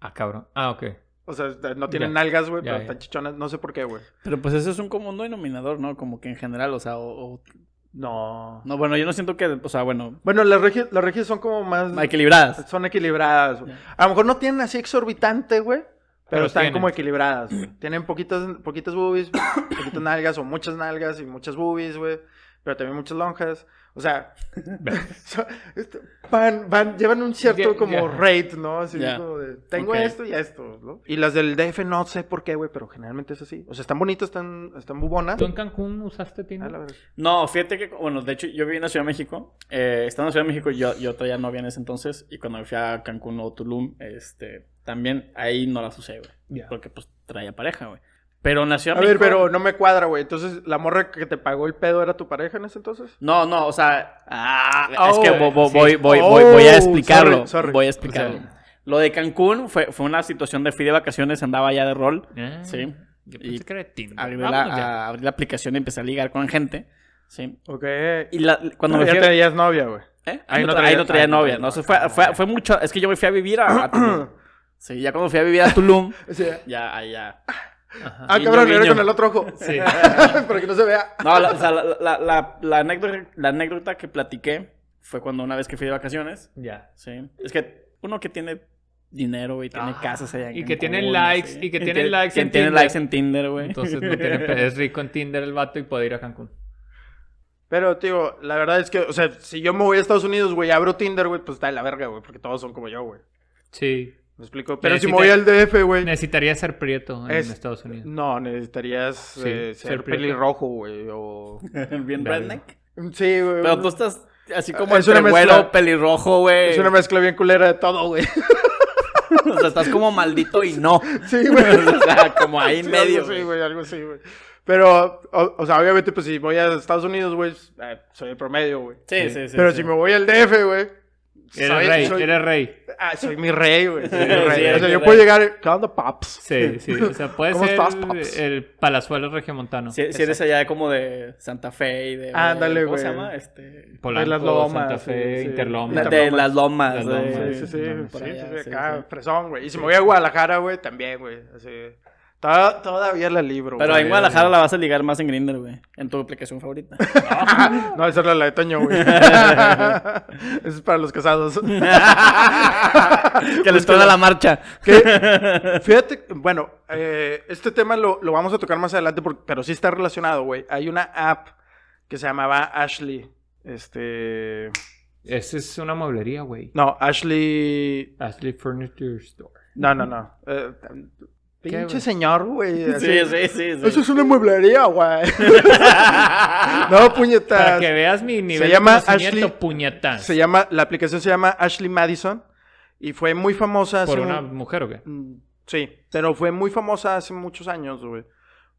Speaker 2: Ah, cabrón. Ah, ok.
Speaker 1: O sea, no tienen
Speaker 2: Ya.
Speaker 1: nalgas, güey,
Speaker 2: Ya,
Speaker 1: pero
Speaker 2: ya.
Speaker 1: están chichonas. No sé por qué, güey.
Speaker 3: Pero pues eso es un común denominador, ¿no? Como que en general, o sea, o- o-
Speaker 1: No.
Speaker 3: no, bueno, yo no siento que, o sea, bueno,
Speaker 1: Bueno, las regias, las regias son como más...
Speaker 3: equilibradas.
Speaker 1: Son equilibradas, güey.
Speaker 3: Ya.
Speaker 1: A lo mejor no tienen así exorbitante, güey. Pero,
Speaker 2: Pero
Speaker 1: están
Speaker 2: tienen.
Speaker 1: como equilibradas, güey. Tienen poquitas, poquitas boobies, poquitas nalgas o muchas nalgas y muchas boobies, güey. Pero también muchas lonjas. O sea, so- esto- van, van, llevan un cierto
Speaker 2: Ya,
Speaker 1: como
Speaker 2: ya.
Speaker 1: rate, ¿no? Así
Speaker 3: Ya.
Speaker 1: como de, tengo
Speaker 3: Ok.
Speaker 1: esto y esto, ¿no? Y las del DF no sé por qué, güey, pero generalmente es así. O sea, están bonitas, están, están bubonas.
Speaker 2: ¿Tú en Cancún usaste
Speaker 1: Ah, la
Speaker 2: Tinder?
Speaker 1: verdad.
Speaker 3: No, fíjate que, bueno, de hecho, yo viví en la Ciudad de México. Eh, estando en la Ciudad de México, yo, yo todavía no había en ese entonces. Y cuando me fui a Cancún o Tulum, este, también ahí no la usé, güey.
Speaker 2: Ya.
Speaker 3: Porque pues traía pareja, güey. Pero en la Ciudad
Speaker 1: A
Speaker 3: de
Speaker 1: ver,
Speaker 3: México.
Speaker 1: pero no me cuadra, güey. Entonces, ¿la morra que te pagó el pedo era tu pareja en ese entonces?
Speaker 3: No, no, o sea. Ah, es
Speaker 1: oh,
Speaker 3: que vo- vo-
Speaker 2: sí.
Speaker 3: voy, voy,
Speaker 1: Oh,
Speaker 3: voy, voy a explicarlo.
Speaker 1: sorry, sorry.
Speaker 3: Voy a explicarlo.
Speaker 2: O sea-
Speaker 3: Lo de Cancún fue, fue una situación de fui de vacaciones, andaba ya de rol.
Speaker 2: Ah,
Speaker 3: Sí.
Speaker 2: Yo
Speaker 3: Y
Speaker 2: pensé que era de Tinder.
Speaker 3: Abrí la,
Speaker 2: Vámonos Ah, ya.
Speaker 3: a- abrí la aplicación y empecé a ligar con gente. Sí.
Speaker 1: Ok.
Speaker 3: Y la- cuando me
Speaker 1: Ah, ya
Speaker 3: fui a-
Speaker 1: tenías novia, güey.
Speaker 3: ¿Eh?
Speaker 1: Ahí
Speaker 3: Ahí,
Speaker 1: no
Speaker 3: no,
Speaker 1: traía-
Speaker 3: ahí no traía
Speaker 1: ahí no
Speaker 3: novia,
Speaker 1: traía
Speaker 3: ¿no? O sea,
Speaker 1: novia.
Speaker 3: fue, fue, fue mucho. Es que yo me fui a vivir a, a Tulum. Sí, ya cuando fui a vivir a Tulum,
Speaker 1: O sea,
Speaker 3: ya, ahí ya.
Speaker 2: Ajá.
Speaker 1: ah,
Speaker 3: Guiño,
Speaker 1: cabrón, era
Speaker 3: guiño.
Speaker 1: con el otro ojo.
Speaker 2: Sí.
Speaker 1: Para que no se vea.
Speaker 3: No, la, o sea, la, la- la- la anécdota, la anécdota que platiqué fue cuando una vez que fui de vacaciones.
Speaker 2: Ya.
Speaker 3: Sí. Es que uno que tiene dinero, güey, tiene
Speaker 2: Ah,
Speaker 3: casas allá. en
Speaker 2: y que tiene
Speaker 3: Cancún,
Speaker 2: likes,
Speaker 3: sí.
Speaker 2: y que tiene
Speaker 3: tiene-
Speaker 2: likes
Speaker 3: quien
Speaker 2: en
Speaker 3: tiene
Speaker 2: Tinder.
Speaker 3: likes en Tinder, güey.
Speaker 2: Entonces no tiene pe- es rico en Tinder el vato y puede ir a Cancún.
Speaker 1: Pero, tío, la verdad es que, o sea, si yo me voy a Estados Unidos, güey, abro Tinder, güey, pues está de la verga, güey, porque todos son como yo, güey.
Speaker 2: Sí.
Speaker 1: ¿Me explico? Pero si
Speaker 2: Necesita-
Speaker 1: me voy al DF, güey.
Speaker 2: Necesitaría ser prieto en
Speaker 1: Es-
Speaker 2: Estados Unidos.
Speaker 1: No, necesitarías eh,
Speaker 2: Sí,
Speaker 1: ser
Speaker 2: ser prieto.
Speaker 1: pelirrojo, güey, o...
Speaker 3: Bien
Speaker 2: Verga.
Speaker 3: redneck.
Speaker 1: Sí, güey.
Speaker 3: Pero pues, eh, tú estás así como
Speaker 1: Es
Speaker 3: entre
Speaker 1: una mezcla.
Speaker 3: güero, pelirrojo, güey.
Speaker 1: Es una mezcla bien culera de todo, güey.
Speaker 3: O sea, estás como maldito y no.
Speaker 1: Sí,
Speaker 3: o
Speaker 1: güey.
Speaker 3: sea, como ahí en
Speaker 1: Sí,
Speaker 3: medio.
Speaker 1: Algo así,
Speaker 3: güey.
Speaker 1: güey, algo así, güey. Pero, o, o sea, obviamente, pues si voy a Estados Unidos, güey, eh, soy el promedio, güey.
Speaker 3: Sí, sí, sí.
Speaker 1: Pero
Speaker 3: sí.
Speaker 1: si me voy al DF, güey.
Speaker 2: Eres
Speaker 1: soy-
Speaker 2: rey,
Speaker 1: soy-
Speaker 2: eres rey.
Speaker 1: Ah, soy mi rey, güey. soy mi
Speaker 3: Sí,
Speaker 1: rey.
Speaker 3: sí,
Speaker 1: o sea,
Speaker 3: eres
Speaker 1: yo
Speaker 3: rey.
Speaker 1: puedo llegar. ¿Qué onda, paps?
Speaker 2: Sí, sí. O sea, puede
Speaker 1: ¿Cómo
Speaker 2: ser
Speaker 1: estás, paps?
Speaker 2: el palazuelo regiomontano.
Speaker 3: Si, si eres allá como de Santa Fe y de...
Speaker 1: Ándale,
Speaker 3: ¿Cómo se
Speaker 1: güey.
Speaker 3: llama? Este...
Speaker 2: Polanco,
Speaker 1: de las lomas,
Speaker 2: Santa
Speaker 1: sí,
Speaker 2: Fe,
Speaker 1: sí.
Speaker 2: Interlomas.
Speaker 1: La-
Speaker 3: De las lomas.
Speaker 2: Las
Speaker 3: de-
Speaker 2: lomas,
Speaker 1: Sí, sí, sí.
Speaker 2: no,
Speaker 1: sí,
Speaker 3: por allá,
Speaker 1: sí, sí,
Speaker 3: sí,
Speaker 1: acá,
Speaker 3: sí.
Speaker 1: fresón, güey. Y si me voy a Guadalajara, güey, también, güey. Así. Toda- todavía la libro,
Speaker 3: Pero
Speaker 1: güey.
Speaker 3: en Guadalajara la vas a ligar más en Grindr, güey. En tu aplicación favorita.
Speaker 1: No, esa era la de Toño, güey. Esa es para los casados.
Speaker 3: que les toca la marcha.
Speaker 1: Que- Fíjate, bueno, eh, este tema lo, lo vamos a tocar más adelante, porque- pero sí está relacionado, güey. Hay una app que se llamaba Ashley. Este.
Speaker 2: Esa es una mueblería, güey.
Speaker 1: No, Ashley.
Speaker 2: Ashley Furniture Store.
Speaker 1: No, no, no. Eh,
Speaker 2: ¿Qué,
Speaker 1: pinche
Speaker 2: güey?
Speaker 1: señor, güey. así.
Speaker 3: Sí, sí, sí. sí.
Speaker 1: Eso es una mueblería, güey. Ah. no,
Speaker 2: Para
Speaker 1: puñetas.
Speaker 2: que veas mi nivel
Speaker 1: llama
Speaker 2: de conocimiento,
Speaker 1: Ashley-
Speaker 2: puñetán.
Speaker 1: Se llama, la aplicación se llama Ashley Madison y fue muy famosa. hace
Speaker 2: ¿Por
Speaker 1: un-
Speaker 2: una mujer o qué?
Speaker 1: Mm, Sí, pero fue muy famosa hace muchos años, güey.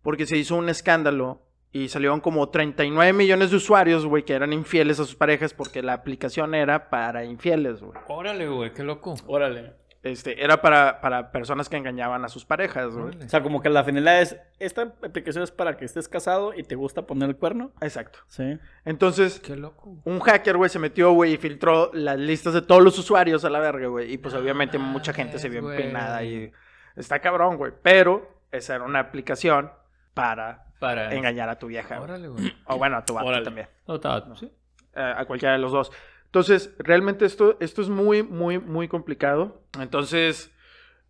Speaker 1: Porque se hizo un escándalo y salieron como 39 millones de usuarios, güey, que eran infieles a sus parejas porque la aplicación era para infieles, güey.
Speaker 2: Órale, güey, qué loco.
Speaker 3: Órale.
Speaker 1: Este, era para, para personas que engañaban a sus parejas, güey.
Speaker 2: Órale.
Speaker 3: O sea, como que la finalidad es... Esta aplicación es para que estés casado y te gusta poner el cuerno.
Speaker 1: Exacto.
Speaker 3: Sí.
Speaker 1: Entonces,
Speaker 2: Qué loco.
Speaker 1: un hacker, güey, se metió, güey, y filtró las listas de todos los usuarios a la verga, güey. Y pues obviamente mucha gente se vio
Speaker 2: mames,
Speaker 1: empinada
Speaker 2: güey.
Speaker 1: y está cabrón, güey. Pero esa era una aplicación para
Speaker 2: Para.
Speaker 1: engañar a tu vieja. güey.
Speaker 2: Órale, güey. Ah,
Speaker 1: O bueno, a tu vato
Speaker 3: Órale.
Speaker 1: también.
Speaker 2: No, estaba- sí.
Speaker 1: a a cualquiera de los dos. Entonces, realmente esto, esto es muy, muy, muy complicado. Entonces,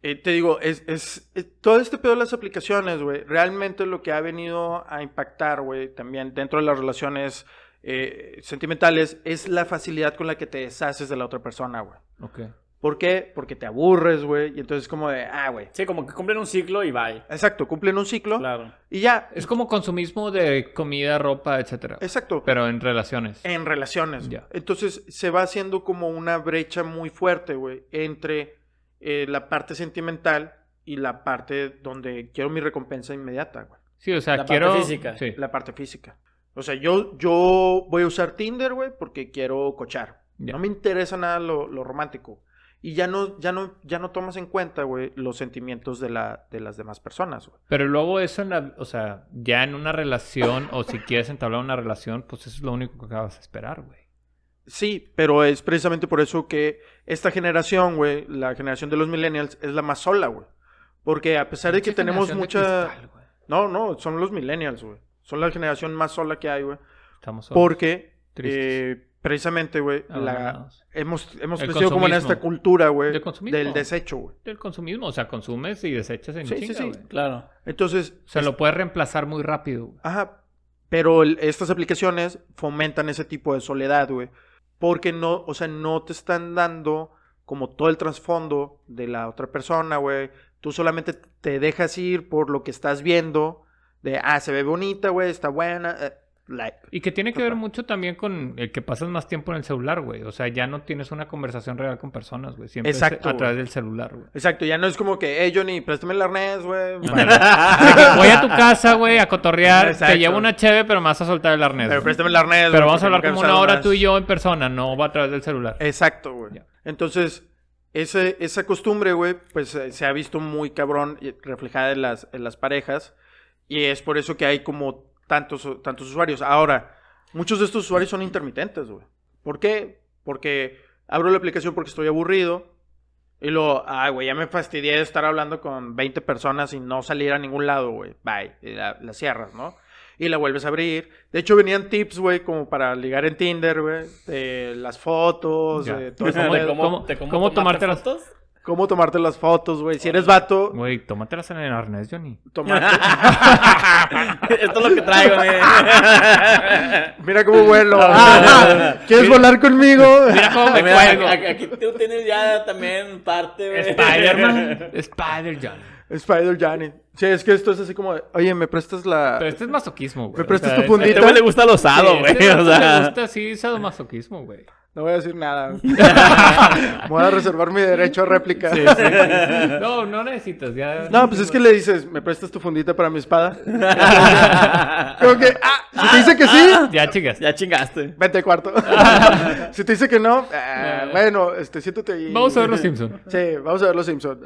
Speaker 1: eh, te digo, es, es, eh, todo este pedo de las aplicaciones, güey, realmente lo que ha venido a impactar, güey, también dentro de las relaciones eh, sentimentales, es la facilidad con la que te deshaces de la otra persona, güey.
Speaker 2: Ok.
Speaker 1: ¿Por qué? Porque te aburres, güey, y entonces es como de, ah, güey.
Speaker 3: Sí, como que cumplen un ciclo y bye.
Speaker 1: Exacto, cumplen un ciclo
Speaker 3: Claro.
Speaker 1: y ya.
Speaker 2: Es como consumismo de comida, ropa, etcétera.
Speaker 1: Exacto.
Speaker 2: Pero en relaciones.
Speaker 1: En relaciones. güey.
Speaker 2: Ya.
Speaker 1: Entonces se va haciendo como una brecha muy fuerte, güey, entre eh, la parte sentimental y la parte donde quiero mi recompensa inmediata, güey.
Speaker 2: Sí, o sea,
Speaker 3: La parte
Speaker 2: quiero.
Speaker 3: física.
Speaker 2: Sí.
Speaker 1: La parte física. O sea, yo, yo voy a usar Tinder, güey, porque quiero cochar.
Speaker 2: Ya.
Speaker 1: No me interesa nada lo, lo romántico. y ya no, ya no, ya no tomas en cuenta, güey, los sentimientos de, la, de las demás personas, güey.
Speaker 2: Pero luego eso en la, o sea, ya en una relación o si quieres entablar una relación, pues eso es lo único que vas a esperar, güey.
Speaker 1: Sí, pero es precisamente por eso que esta generación, güey, la generación de los millennials, es la más sola, güey. Porque a pesar de que
Speaker 2: Pinche
Speaker 1: tenemos
Speaker 2: generación de
Speaker 1: mucha...
Speaker 2: cristal, güey.
Speaker 1: no, no, son los millennials, güey. Son la generación más sola que hay, güey.
Speaker 2: Estamos solos,
Speaker 1: Porque,
Speaker 2: tristes,
Speaker 1: eh, precisamente, güey, la...
Speaker 2: abandonados.
Speaker 1: hemos, hemos
Speaker 2: El
Speaker 1: crecido como en
Speaker 2: consumismo.
Speaker 1: esta cultura, güey,
Speaker 2: Del consumismo.
Speaker 1: del desecho, güey.
Speaker 2: Del consumismo, o sea, consumes y desechas en
Speaker 1: Sí, sí,
Speaker 2: chinga,
Speaker 1: sí.
Speaker 2: güey.
Speaker 3: Claro.
Speaker 1: Entonces,
Speaker 2: O sea, lo puedes reemplazar muy rápido, güey.
Speaker 1: Ajá. Pero el- estas aplicaciones fomentan ese tipo de soledad, güey. Porque no, o sea, no te están dando como todo el trasfondo de la otra persona, güey. Tú solamente te dejas ir por lo que estás viendo. De, ah, se ve bonita, güey, está buena. eh, like.
Speaker 2: Y que tiene que ver
Speaker 1: Total.
Speaker 2: mucho también con el que pasas más tiempo en el celular, güey. O sea, ya no tienes una conversación real con personas, güey. Siempre es
Speaker 1: Exacto,
Speaker 2: a través
Speaker 1: güey.
Speaker 2: del celular, güey.
Speaker 1: Exacto, ya no es como que, hey, Johnny, préstame el arnés, güey.
Speaker 2: Voy a tu casa, güey, a cotorrear.
Speaker 1: Exacto.
Speaker 2: Te llevo una cheve, pero me vas a soltar el arnés.
Speaker 1: Pero
Speaker 2: güey.
Speaker 1: préstame el arnés.
Speaker 2: Pero
Speaker 1: güey,
Speaker 2: vamos
Speaker 1: porque
Speaker 2: a hablar como
Speaker 1: nunca he
Speaker 2: una
Speaker 1: usado Eh,
Speaker 2: hora
Speaker 1: arnés".
Speaker 2: tú y yo en persona, no va a través del celular.
Speaker 1: Exacto, güey.
Speaker 2: Ya.
Speaker 1: Entonces, ese, esa costumbre, güey, pues eh, se ha visto muy cabrón y reflejada en las, en las parejas. Y es por eso que hay como tantos, tantos usuarios. Ahora, muchos de estos usuarios son intermitentes, güey. ¿Por qué? Porque abro la aplicación porque estoy aburrido. Y luego, ay, güey, ya me fastidié de estar hablando con 20 personas y no salir a ningún lado, güey. Bye. Y la, la cierras, ¿no? Y la vuelves a abrir. De hecho, venían tips, güey, como para ligar en Tinder, güey. De las fotos,
Speaker 2: Ya.
Speaker 1: de todo ese
Speaker 2: ¿Cómo-
Speaker 1: pedo.
Speaker 2: cómo- cómo tomarte las-
Speaker 3: fotos?
Speaker 1: Cómo tomarte las fotos, güey. Si eres vato,
Speaker 2: Güey, tómatelas en el arnés, Johnny.
Speaker 1: tomate.
Speaker 3: Esto es lo que traigo, eh.
Speaker 1: Mira cómo vuelo.
Speaker 3: Ah,
Speaker 1: ¿Quieres volar conmigo?
Speaker 2: Mira cómo me
Speaker 3: Mira,
Speaker 2: cuelgo.
Speaker 3: aquí, aquí tú tienes ya también parte, güey.
Speaker 2: Spider-Man. Spider-Johnny.
Speaker 1: Spider Johnny. Sí, es que esto es así como, de, oye, ¿me prestas la...
Speaker 2: Pero este es masoquismo, güey.
Speaker 1: ¿Me prestas tu
Speaker 3: A este
Speaker 1: puntita?
Speaker 3: güey le gusta lo osado,
Speaker 2: Sí,
Speaker 3: güey.
Speaker 2: este
Speaker 3: o
Speaker 2: vato
Speaker 3: sea.
Speaker 2: le gusta así sadomasoquismo, güey.
Speaker 1: No voy a decir nada. Voy a reservar mi derecho a réplica.
Speaker 2: No, no necesitas, ya.
Speaker 1: No, pues es que le dices, ¿me prestas tu fundita para mi espada? Como que, ah, si te dice que sí,
Speaker 2: Ya, chicas.
Speaker 3: Ya chingaste.
Speaker 1: vete al cuarto. si te dice que no, ah, bueno, este, siéntate ahí.
Speaker 2: Vamos a ver los Simpsons.
Speaker 1: Sí, vamos a ver los Simpsons.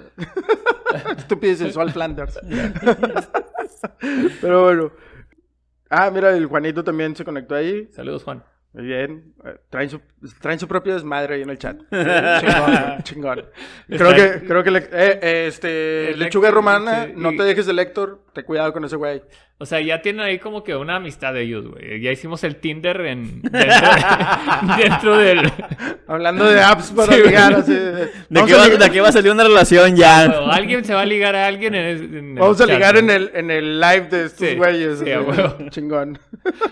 Speaker 1: Estúpido y sensual Flanders. Pero bueno. Ah, mira, el Juanito también se conectó ahí.
Speaker 2: Saludos, Juan.
Speaker 1: Muy bien. Eh, Traen su, traen su propio desmadre ahí en el chat. Chingón, güey, chingón. Creo que, creo que le- eh, eh, este,
Speaker 2: El
Speaker 1: lechuga
Speaker 2: Héctor,
Speaker 1: romana,
Speaker 2: sí,
Speaker 1: no
Speaker 2: y-
Speaker 1: te dejes del Héctor, te cuidado con ese güey.
Speaker 2: O sea, ya tienen ahí como que una amistad de ellos, güey. Ya hicimos el Tinder en dentro, dentro del.
Speaker 1: Hablando de apps para
Speaker 2: Sí, güey.
Speaker 1: ligar, así. De,
Speaker 3: ¿De
Speaker 1: vamos
Speaker 3: qué,
Speaker 1: a
Speaker 3: va,
Speaker 1: ligar-
Speaker 3: de qué va a salir una relación ya?
Speaker 2: O alguien se va a ligar a alguien en, es- en el
Speaker 1: Vamos a
Speaker 2: chat,
Speaker 1: ligar en
Speaker 2: güey.
Speaker 1: el, en el live de estos
Speaker 2: Sí,
Speaker 1: güeyes.
Speaker 2: sí, a
Speaker 1: así,
Speaker 2: huevo.
Speaker 1: Chingón.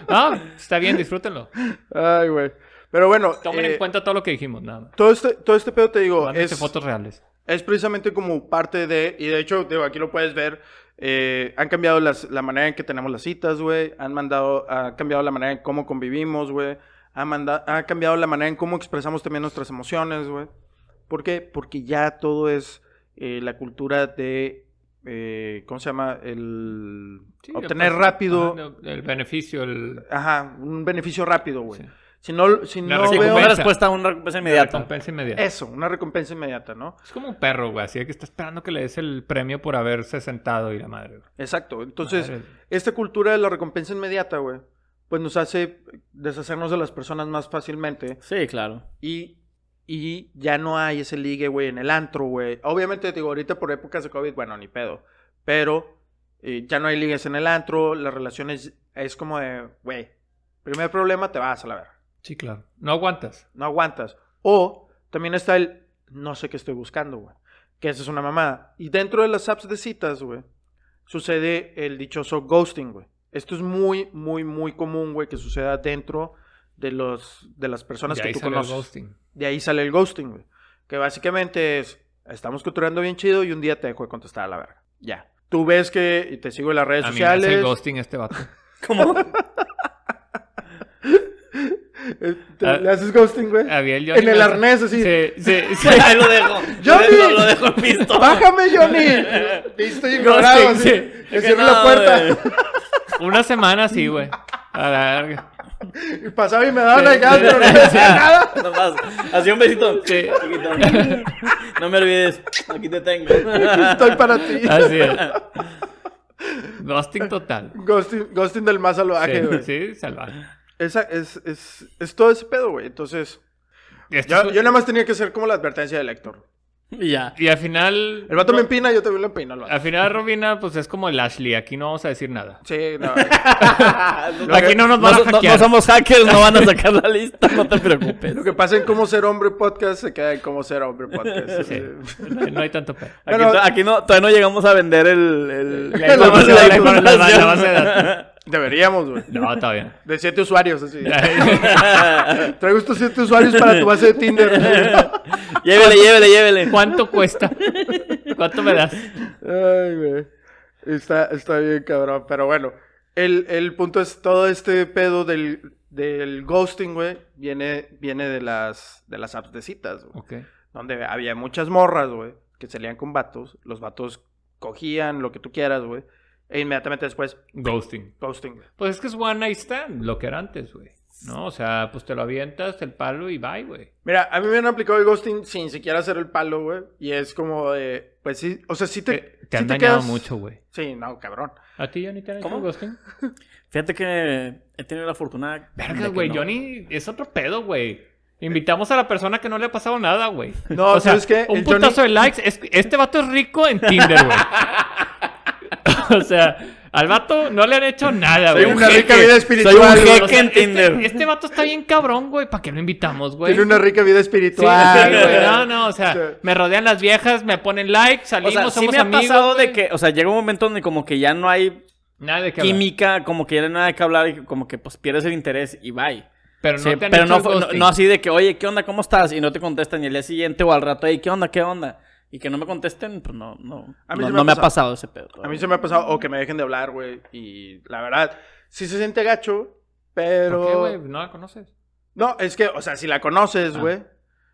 Speaker 2: Ah, está bien, disfrútenlo.
Speaker 1: Ay, güey. Pero bueno,
Speaker 2: Tomen
Speaker 1: eh,
Speaker 2: en cuenta todo lo que dijimos, nada más.
Speaker 1: todo este, todo este pedo te digo,
Speaker 2: Mándense
Speaker 1: es,
Speaker 2: fotos reales.
Speaker 1: es precisamente como parte de, y de hecho, digo, aquí lo puedes ver, eh, han cambiado las- la manera en que tenemos las citas, güey, han mandado, ha cambiado la manera en cómo convivimos, güey, ha, manda- ha cambiado la manera en cómo expresamos también nuestras emociones, güey. ¿Por qué? Porque ya todo es eh, la cultura de, eh, ¿cómo se llama? El
Speaker 2: Sí,
Speaker 1: obtener
Speaker 2: aparte-
Speaker 1: rápido,
Speaker 2: Ajá, no, el beneficio, el.
Speaker 1: ajá, un beneficio rápido, güey.
Speaker 2: Sí.
Speaker 1: Si no, si
Speaker 2: La
Speaker 1: no
Speaker 2: recompensa.
Speaker 1: veo...
Speaker 3: Una respuesta a una recompensa inmediata.
Speaker 2: Recompensa inmediata.
Speaker 1: Eso, una recompensa inmediata, ¿no?
Speaker 2: Es como un perro, güey. Así de que está esperando que le des el premio por haberse sentado y la madre. güey.
Speaker 1: Exacto. Entonces,
Speaker 2: Madre.
Speaker 1: esta cultura de la recompensa inmediata, güey, pues nos hace deshacernos de las personas más fácilmente.
Speaker 3: Sí, claro.
Speaker 1: Y, y ya no hay ese ligue, güey, en el antro, güey. Obviamente, digo, ahorita por épocas de COVID, bueno, ni pedo. Pero eh, ya no hay ligues en el antro, las relaciones es como de, güey, primer problema, te vas a la verga.
Speaker 2: Sí, claro. No aguantas.
Speaker 1: No aguantas. O también está el no sé qué estoy buscando, güey. Que esa es una mamada. Y dentro de las apps de citas, güey, sucede el dichoso ghosting, güey. Esto es muy, muy, muy común, güey, que suceda dentro de, los, de las personas
Speaker 2: Y
Speaker 1: que
Speaker 2: ahí
Speaker 1: tú
Speaker 2: sale el
Speaker 1: conoces.
Speaker 2: ghosting.
Speaker 1: De ahí sale el ghosting, güey. Que básicamente es, estamos coturando bien chido y un día te dejo de contestar a la verga. Ya. Tú ves que y te sigo en las redes
Speaker 2: A mí me hace el
Speaker 1: sociales.
Speaker 2: ghosting este vato.
Speaker 3: ¿Cómo?
Speaker 1: eh, te-
Speaker 2: Ah.
Speaker 1: ¿Le haces ghosting, güey?
Speaker 2: Había el
Speaker 1: En el arnés, así.
Speaker 2: Sí, sí, sí.
Speaker 3: Ahí lo dejo. Yo
Speaker 1: Johnny.
Speaker 3: lo dejo visto.
Speaker 1: ¡Bájame, Johnny! Te estoy ignorado.
Speaker 2: Ghosting,
Speaker 1: así.
Speaker 2: sí.
Speaker 1: Le cierro la puerta.
Speaker 2: Una semana sí, güey. A la verga.
Speaker 1: Y pasaba y me daba una
Speaker 3: Sí,
Speaker 1: llave,
Speaker 3: sí.
Speaker 1: pero no me decía nada.
Speaker 3: Nomás, así un besito. Chiquito. No me olvides, aquí te tengo.
Speaker 1: Estoy para ti.
Speaker 2: Así es. Ghosting total.
Speaker 1: Ghosting, ghosting del más salvaje,
Speaker 2: Sí,
Speaker 1: güey.
Speaker 2: sí, salvaje.
Speaker 1: Esa es, es, es todo ese pedo, güey. Entonces,
Speaker 2: Esto
Speaker 1: yo,
Speaker 2: es-
Speaker 1: yo nada más tenía que ser como la advertencia del Héctor.
Speaker 3: Y ya.
Speaker 2: Y al final.
Speaker 1: El vato me
Speaker 2: Ro-
Speaker 1: empina, yo te voy a empinar al vato.
Speaker 2: Al final, Robina, pues es como el Ashley. Aquí no vamos a decir nada.
Speaker 1: Sí, no.
Speaker 2: Aquí no nos
Speaker 3: No,
Speaker 2: van a
Speaker 3: so- no- no
Speaker 2: hackear.
Speaker 3: somos hackers, no van a sacar la lista, no te preocupes.
Speaker 1: Lo que pasa en Cómo Ser Hombre Podcast se queda en Cómo Ser Hombre Podcast.
Speaker 2: Sí.
Speaker 1: Sí.
Speaker 2: No, no hay tanto pedo.
Speaker 3: Aquí,
Speaker 1: Bueno,
Speaker 3: to- aquí no, todavía no llegamos a vender el, el-
Speaker 2: La información,
Speaker 1: la
Speaker 2: información, la base de datos.
Speaker 1: Deberíamos, güey.
Speaker 2: No, está bien.
Speaker 1: De siete usuarios, así. Traigo estos siete usuarios para tu base de Tinder.
Speaker 3: llévele, llévele, llévele.
Speaker 2: ¿Cuánto cuesta? ¿Cuánto me das?
Speaker 1: Ay, güey. Está, está bien, cabrón. Pero bueno, el, el punto es todo este pedo del, del ghosting, güey, viene, viene de las, de las apps de citas, güey.
Speaker 2: Ok.
Speaker 1: Donde había muchas morras, güey, que salían con vatos. Los vatos cogían lo que tú quieras, güey. E inmediatamente después,
Speaker 2: Ghosting.
Speaker 1: ghosting, güey.
Speaker 2: Pues es que es One Night Stand, lo que era antes, güey. ¿No? O sea, pues te lo avientas, el palo y bye, güey.
Speaker 1: Mira, a mí me han aplicado el ghosting sin siquiera hacer el palo, güey. Y es como de, pues sí, o sea, sí te...
Speaker 2: Eh, Te han
Speaker 1: sí te
Speaker 2: dañado
Speaker 1: quedas-
Speaker 2: mucho, güey.
Speaker 1: Sí, no, cabrón.
Speaker 2: ¿A ti, Johnny, te han hecho
Speaker 3: ¿Cómo?
Speaker 2: ghosting?
Speaker 3: Fíjate que he tenido la fortuna. de
Speaker 2: Verga,
Speaker 3: que
Speaker 2: güey.
Speaker 3: no.
Speaker 2: Johnny es otro pedo, güey. Invitamos a la persona que no le ha pasado nada, güey.
Speaker 1: No,
Speaker 2: o sea,
Speaker 1: ¿sabes qué?
Speaker 2: un
Speaker 1: El
Speaker 2: putazo
Speaker 1: Johnny-
Speaker 2: de likes. Es- este vato es rico en Tinder, güey. o sea, al vato no le han hecho nada,
Speaker 1: Soy
Speaker 2: güey.
Speaker 1: una
Speaker 2: Jeque.
Speaker 1: rica vida espiritual. güey.
Speaker 3: jeque.
Speaker 2: O sea,
Speaker 3: en
Speaker 2: este-
Speaker 3: Tinder.
Speaker 2: Este, vato está bien cabrón, güey. ¿Para qué lo invitamos, güey?
Speaker 1: Tiene una rica vida
Speaker 2: Sí,
Speaker 1: espiritual.
Speaker 2: Pues, sí, güey.
Speaker 1: güey.
Speaker 2: No, no, o sea, me rodean las viejas, me ponen like,
Speaker 3: O
Speaker 2: salimos,
Speaker 3: sea, sí
Speaker 2: somos
Speaker 3: me ha
Speaker 2: amigos.
Speaker 3: pasado de
Speaker 2: güey.
Speaker 3: que, o sea, llega un momento donde como que ya no hay
Speaker 2: Nada de que hablar.
Speaker 3: química, como que ya no hay nada que hablar y como que pues pierdes el interés y bye.
Speaker 2: Pero no
Speaker 3: Sí,
Speaker 2: te han
Speaker 3: pero
Speaker 2: hecho
Speaker 3: no,
Speaker 2: el
Speaker 3: fue- no,
Speaker 2: ghosting.
Speaker 3: no así de que, oye, ¿qué onda? ¿Cómo estás? Y no te contestan. Y el día siguiente o al rato, "Ey, ¿qué onda? ¿Qué onda? Y que no me contesten, pues no, no.
Speaker 1: A mí
Speaker 3: no
Speaker 1: sí
Speaker 3: no me, ha pasado ese pedo.
Speaker 1: A mí se me ha pasado, o que me dejen de hablar, güey. Y la verdad, sí se siente gacho, pero.
Speaker 2: ¿Por qué, güey? No la conoces.
Speaker 1: No, es que, o sea, si la conoces,
Speaker 2: Ah.
Speaker 1: güey.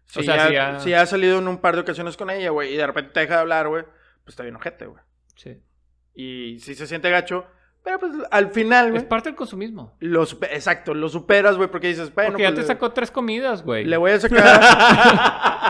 Speaker 1: Si,
Speaker 2: O sea,
Speaker 1: ya,
Speaker 2: si ya-
Speaker 1: si ya has salido en un par de ocasiones con ella, güey, y de repente te deja de hablar, güey, pues está bien ojete, güey.
Speaker 2: Sí.
Speaker 1: Y sí se siente gacho, pero pues al final,
Speaker 2: Es
Speaker 1: güey.
Speaker 2: parte del consumismo.
Speaker 1: Lo supe- Exacto, lo superas, güey, porque dices, bueno,
Speaker 2: Porque ya
Speaker 1: pues,
Speaker 2: te
Speaker 1: le-
Speaker 2: sacó tres comidas, güey.
Speaker 1: le voy a sacar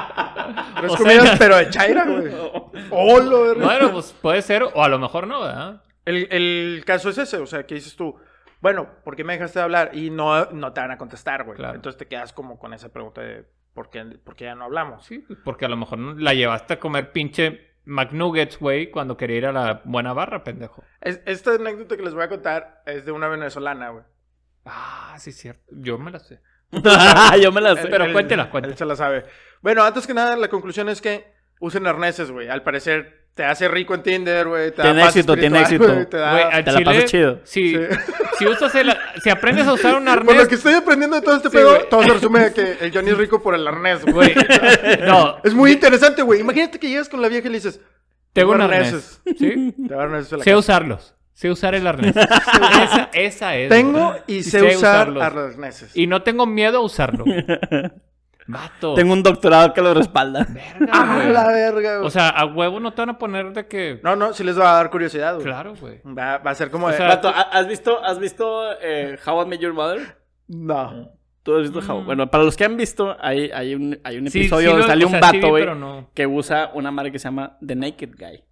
Speaker 1: tres
Speaker 2: O
Speaker 1: comidas,
Speaker 2: sea-
Speaker 1: pero de chaira, güey. Hola, güey.
Speaker 2: Bueno, pues puede ser, o a lo mejor no, ¿verdad?
Speaker 1: El, el caso es ese, o sea, que dices tú, bueno, ¿por qué me dejaste de hablar? Y no, no te van a contestar, güey.
Speaker 2: Claro.
Speaker 1: Entonces te quedas como con esa pregunta de ¿por qué, por qué ya no hablamos?
Speaker 2: Sí, pues, porque a lo mejor no- la llevaste a comer pinche McNuggets, güey, cuando quería ir a la buena barra, pendejo.
Speaker 1: Es- esta anécdota que les voy a contar es de una venezolana, güey.
Speaker 2: Ah, sí, cierto. Yo me la sé.
Speaker 3: Yo me la sé.
Speaker 2: Pero
Speaker 1: Él-
Speaker 2: cuéntela,
Speaker 1: Él
Speaker 2: cuéntela.
Speaker 1: se la sabe. Bueno, antes que nada, la conclusión es que usen arneses, güey. Al parecer te hace rico en Tinder, güey. te da
Speaker 3: Tiene
Speaker 1: paz
Speaker 3: éxito, tiene
Speaker 1: espiritual,
Speaker 3: éxito.
Speaker 1: güey, te da-
Speaker 2: Güey, al
Speaker 3: Te la pasas chido.
Speaker 2: Si, si usas el, si aprendes a usar un
Speaker 1: Por lo
Speaker 2: arnés,
Speaker 1: que estoy aprendiendo de todo este
Speaker 2: Sí,
Speaker 1: pedo,
Speaker 2: güey.
Speaker 1: todo se resume a que el Johnny es rico por el arnés, güey.
Speaker 2: güey. No,
Speaker 1: Es muy interesante, güey. Imagínate que llegas con la vieja y le dices,
Speaker 2: tengo un
Speaker 1: arneses.
Speaker 2: arnés. ¿sí?
Speaker 1: Te va a dar arneses a la
Speaker 2: Sé
Speaker 1: cara.
Speaker 2: usarlos. Sé usar el arnés. esa, esa es.
Speaker 1: Tengo
Speaker 2: güey.
Speaker 1: y sé, usar
Speaker 2: usarlos.
Speaker 1: arneses.
Speaker 2: Y no tengo miedo a usarlo. Vato.
Speaker 3: Tengo un doctorado que lo respalda.
Speaker 2: Verga,
Speaker 1: ¡Ah,
Speaker 2: güey.
Speaker 1: la verga! güey!
Speaker 2: O sea, a huevo no te van a poner de que.
Speaker 1: no, no, sí les va a dar curiosidad, güey.
Speaker 2: Claro, güey.
Speaker 1: Va, va a ser como
Speaker 2: O
Speaker 1: de...
Speaker 2: sea,
Speaker 3: Vato, ¿ha- ¿has visto, has visto eh, How I Met Your Mother?
Speaker 1: No.
Speaker 3: ¿Tú has visto How?
Speaker 2: Mm.
Speaker 3: Bueno, para los que han visto, hay, hay un, hay un
Speaker 2: Sí,
Speaker 3: episodio
Speaker 2: sí
Speaker 3: donde
Speaker 2: lo-
Speaker 3: sale
Speaker 2: o
Speaker 3: un
Speaker 2: sea, sí vi,
Speaker 3: vato, güey,
Speaker 2: pero no.
Speaker 3: que usa una marca que se llama The Naked Guy.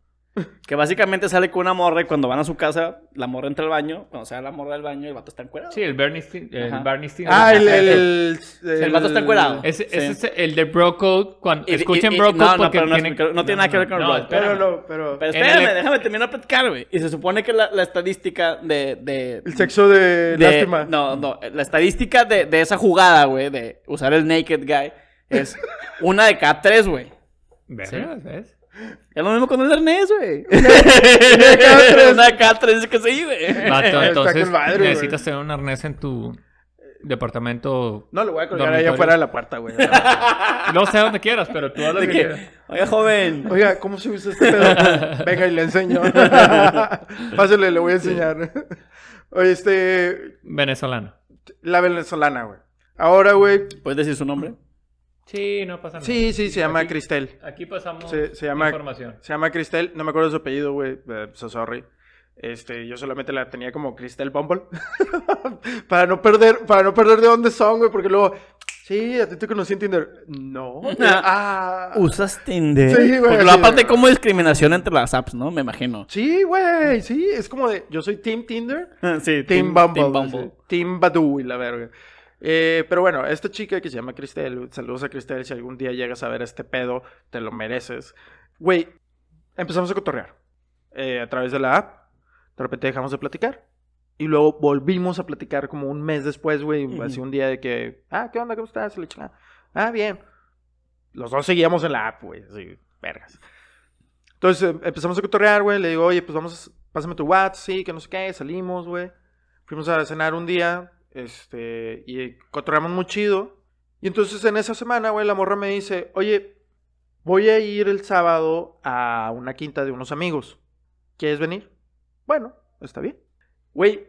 Speaker 3: Que básicamente sale con una morra y cuando van a su casa, la morra entra al baño. Cuando sale la morra del baño, el vato está encuerado.
Speaker 2: Sí, el Bernie Stin- el
Speaker 3: Ajá.
Speaker 2: Barney Stinson.
Speaker 1: Ah, el... El, el,
Speaker 3: El vato está encuerado. Sí.
Speaker 2: Ese, ese es el de Bro Code. Cuando,
Speaker 3: Y- y-
Speaker 2: escuchen
Speaker 3: y-
Speaker 2: Bro
Speaker 3: no,
Speaker 2: Code
Speaker 3: no,
Speaker 2: porque
Speaker 3: pero no es-
Speaker 2: tienen-
Speaker 3: no tiene nada que ver con el Bro Code.
Speaker 1: Pero
Speaker 2: espérame.
Speaker 1: no, pero...
Speaker 3: Pero
Speaker 2: En el
Speaker 1: e-
Speaker 3: espérame,
Speaker 2: ep-
Speaker 3: déjame terminar de platicar, güey. Y se supone que la, la estadística de, de-
Speaker 1: El sexo de...
Speaker 3: de-
Speaker 1: Lástima.
Speaker 3: No, no. La estadística de, de esa jugada, güey, de usar el naked guy, es una de cada tres, güey.
Speaker 2: Verga, ¿ves?
Speaker 3: Es lo mismo con el Ernest, güey.
Speaker 1: de cada tres.
Speaker 3: una de cada tres que sí, güey.
Speaker 2: Vato,
Speaker 1: Está
Speaker 2: entonces
Speaker 1: con madre, güey.
Speaker 2: necesitas tener un arnés en tu departamento.
Speaker 1: No, lo voy a colgar
Speaker 2: Dormitorio.
Speaker 1: allá afuera de la puerta, güey.
Speaker 2: No sé dónde quieras, pero tú haz lo
Speaker 3: De
Speaker 2: que
Speaker 3: que,
Speaker 2: quieras.
Speaker 3: Oiga, joven.
Speaker 1: Oiga, ¿cómo se usa este pedo? Venga y le enseño. Pásale, le voy a enseñar. Oye, este...
Speaker 2: Venezolano.
Speaker 1: La venezolana, güey. Ahora, güey...
Speaker 3: ¿Puedes decir su nombre?
Speaker 2: Sí, no pasa nada.
Speaker 1: Sí, sí, se llama
Speaker 2: Aquí-
Speaker 1: Cristel.
Speaker 2: Aquí pasamos
Speaker 1: Se- se llama-
Speaker 2: información.
Speaker 1: Se llama Cristel, no me acuerdo su apellido, güey. eh, so sorry. Este, yo solamente la tenía como Crystal Bumble. para no perder, para no perder de dónde son, güey, porque luego, sí, a ti te conocí en Tinder. No. Ah.
Speaker 3: ¿Usas Tinder?
Speaker 1: Sí, güey,
Speaker 3: Porque lo
Speaker 1: sí,
Speaker 3: aparte
Speaker 1: güey.
Speaker 3: como discriminación entre las apps, ¿no? Me imagino.
Speaker 1: Sí, güey, sí, es como de, yo soy Team Tinder,
Speaker 3: Sí,
Speaker 1: Team, Bumble,
Speaker 3: Team
Speaker 1: sí, Team Badoo y la verga. Eh, pero bueno, esta chica que se llama Cristel, saludos a Cristel, si algún día llegas a ver este pedo, te lo mereces. Güey, empezamos a cotorrear eh, a través de la app, de repente dejamos de platicar. Y luego volvimos a platicar como un mes después, güey,
Speaker 3: Ujú.
Speaker 1: así un día de que, ah, ¿qué onda? ¿Cómo estás? Y la chingada. Ah, bien. Los dos seguíamos en la app, güey, así, vergas. Entonces em- empezamos a cotorrear, güey. Le digo, oye, pues vamos, pásame tu WhatsApp, sí, que no sé qué. Salimos, güey. Fuimos a cenar un día, este, y cotorreamos muy chido. Y entonces en esa semana, güey, la morra me dice, oye, voy a ir el sábado a una quinta de unos amigos. ¿Quieres venir? Bueno, está bien. Güey,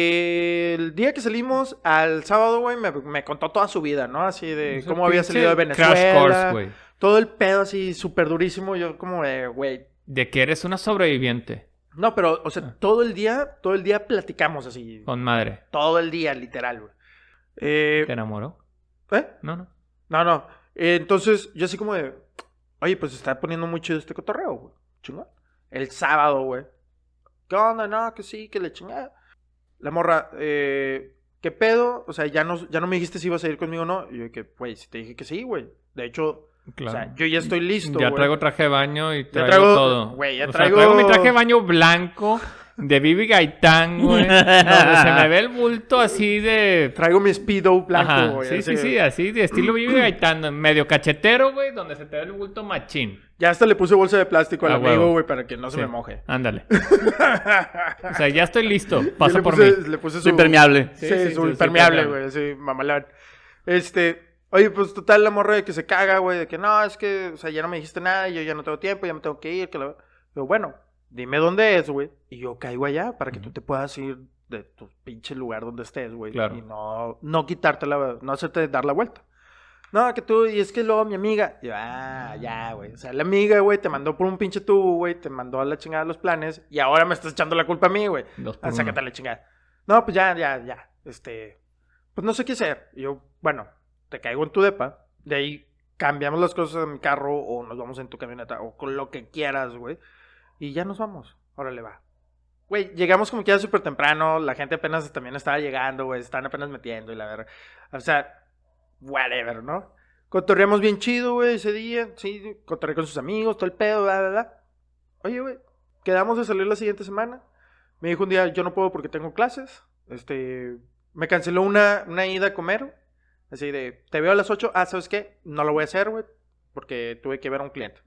Speaker 1: del día que salimos al sábado, güey, me, me contó toda su vida, ¿no? Así de
Speaker 2: Es un
Speaker 1: cómo había
Speaker 2: pinche
Speaker 1: salido de Venezuela.
Speaker 2: Crash course, güey.
Speaker 1: Todo el pedo así súper durísimo. Yo como, de, güey,
Speaker 2: De que eres una sobreviviente.
Speaker 1: no, pero, o sea,
Speaker 2: Ah.
Speaker 1: todo el día, todo el día platicamos así.
Speaker 2: Con madre.
Speaker 1: Todo el día, literal, güey. Eh,
Speaker 2: ¿Te enamoró?
Speaker 1: ¿eh?
Speaker 2: No, no.
Speaker 1: No, no. Eh, entonces, yo así como de, oye, pues se está poniendo muy chido este cotorreo, güey. Chingón. El sábado, güey. ¿Qué onda? No, que sí, que le chingada. La morra, eh, ¿qué pedo? O sea, ya no, ya no me dijiste si ibas a ir conmigo o no. Y yo de que, güey, si te dije que sí, güey. De hecho,
Speaker 2: Claro.
Speaker 1: o sea, yo ya estoy listo,
Speaker 2: ya
Speaker 1: güey.
Speaker 2: traigo traje de baño y traigo,
Speaker 1: traigo-
Speaker 2: todo.
Speaker 1: güey, ya
Speaker 2: O sea,
Speaker 1: traigo-
Speaker 2: mi traje de baño blanco de Bibi Gaitán, güey. donde se me ve el bulto así de.
Speaker 1: Traigo mi speedo
Speaker 2: Ajá,
Speaker 1: blanco, güey.
Speaker 2: sí, sí,
Speaker 1: así.
Speaker 2: sí, así de estilo Bibi Gaitán, medio cachetero, güey, donde se te ve el bulto machín.
Speaker 1: Ya hasta le puse bolsa de plástico al
Speaker 2: Ah,
Speaker 1: amigo,
Speaker 2: huevo.
Speaker 1: güey, para que no se
Speaker 2: Sí.
Speaker 1: me moje.
Speaker 2: Ándale. O sea, ya estoy listo.
Speaker 1: Yo
Speaker 2: Pasa
Speaker 1: le
Speaker 2: por mí.
Speaker 1: puse- Le puse su...
Speaker 3: Soy permeable.
Speaker 1: Sí,
Speaker 2: Sí, sí,
Speaker 1: su
Speaker 2: sí, sí,
Speaker 1: impermeable,
Speaker 2: permeable.
Speaker 1: güey. Sí, mamalán. Este... Oye, pues total, la morra de que se caga, güey. De que no, es que... O sea, ya no me dijiste nada. Yo ya no tengo tiempo. Ya me tengo que ir. Que la... Pero bueno, dime dónde es, güey. Y yo caigo allá para que tú te puedas ir de tu pinche lugar donde estés, güey.
Speaker 2: Claro.
Speaker 1: Y no, no quitarte la... No hacerte dar la vuelta. No, que tú, y es que luego mi amiga, y yo, ah, ya, güey. O sea, la amiga, güey, te mandó por un pinche tubo, güey, te mandó a la chingada los planes, y ahora me estás echando la culpa a mí, güey.
Speaker 2: Dos pues, por
Speaker 1: Ah,
Speaker 2: uno.
Speaker 1: sácate la chingada. No, pues ya, ya, ya. Este, pues no sé qué hacer. Y yo, bueno, te caigo en tu depa, de ahí cambiamos las cosas en mi carro, o nos vamos en tu camioneta, o con lo que quieras, güey. Y ya nos vamos. Órale, va. Güey, llegamos como que ya súper temprano, la gente apenas también estaba llegando, güey, están apenas metiendo y la verdad. O sea, whatever, ¿no? Cotorreamos bien chido, güey, ese día. Sí, cotorreé con sus amigos, todo el pedo, bla, bla, bla. Oye, güey, quedamos de salir la siguiente semana. Me dijo un día, yo no puedo porque tengo clases. Este, me canceló una, una ida a comer. Así de, te veo a las 8. Ah, ¿sabes qué? No lo voy a hacer, güey, porque tuve que ver a un cliente.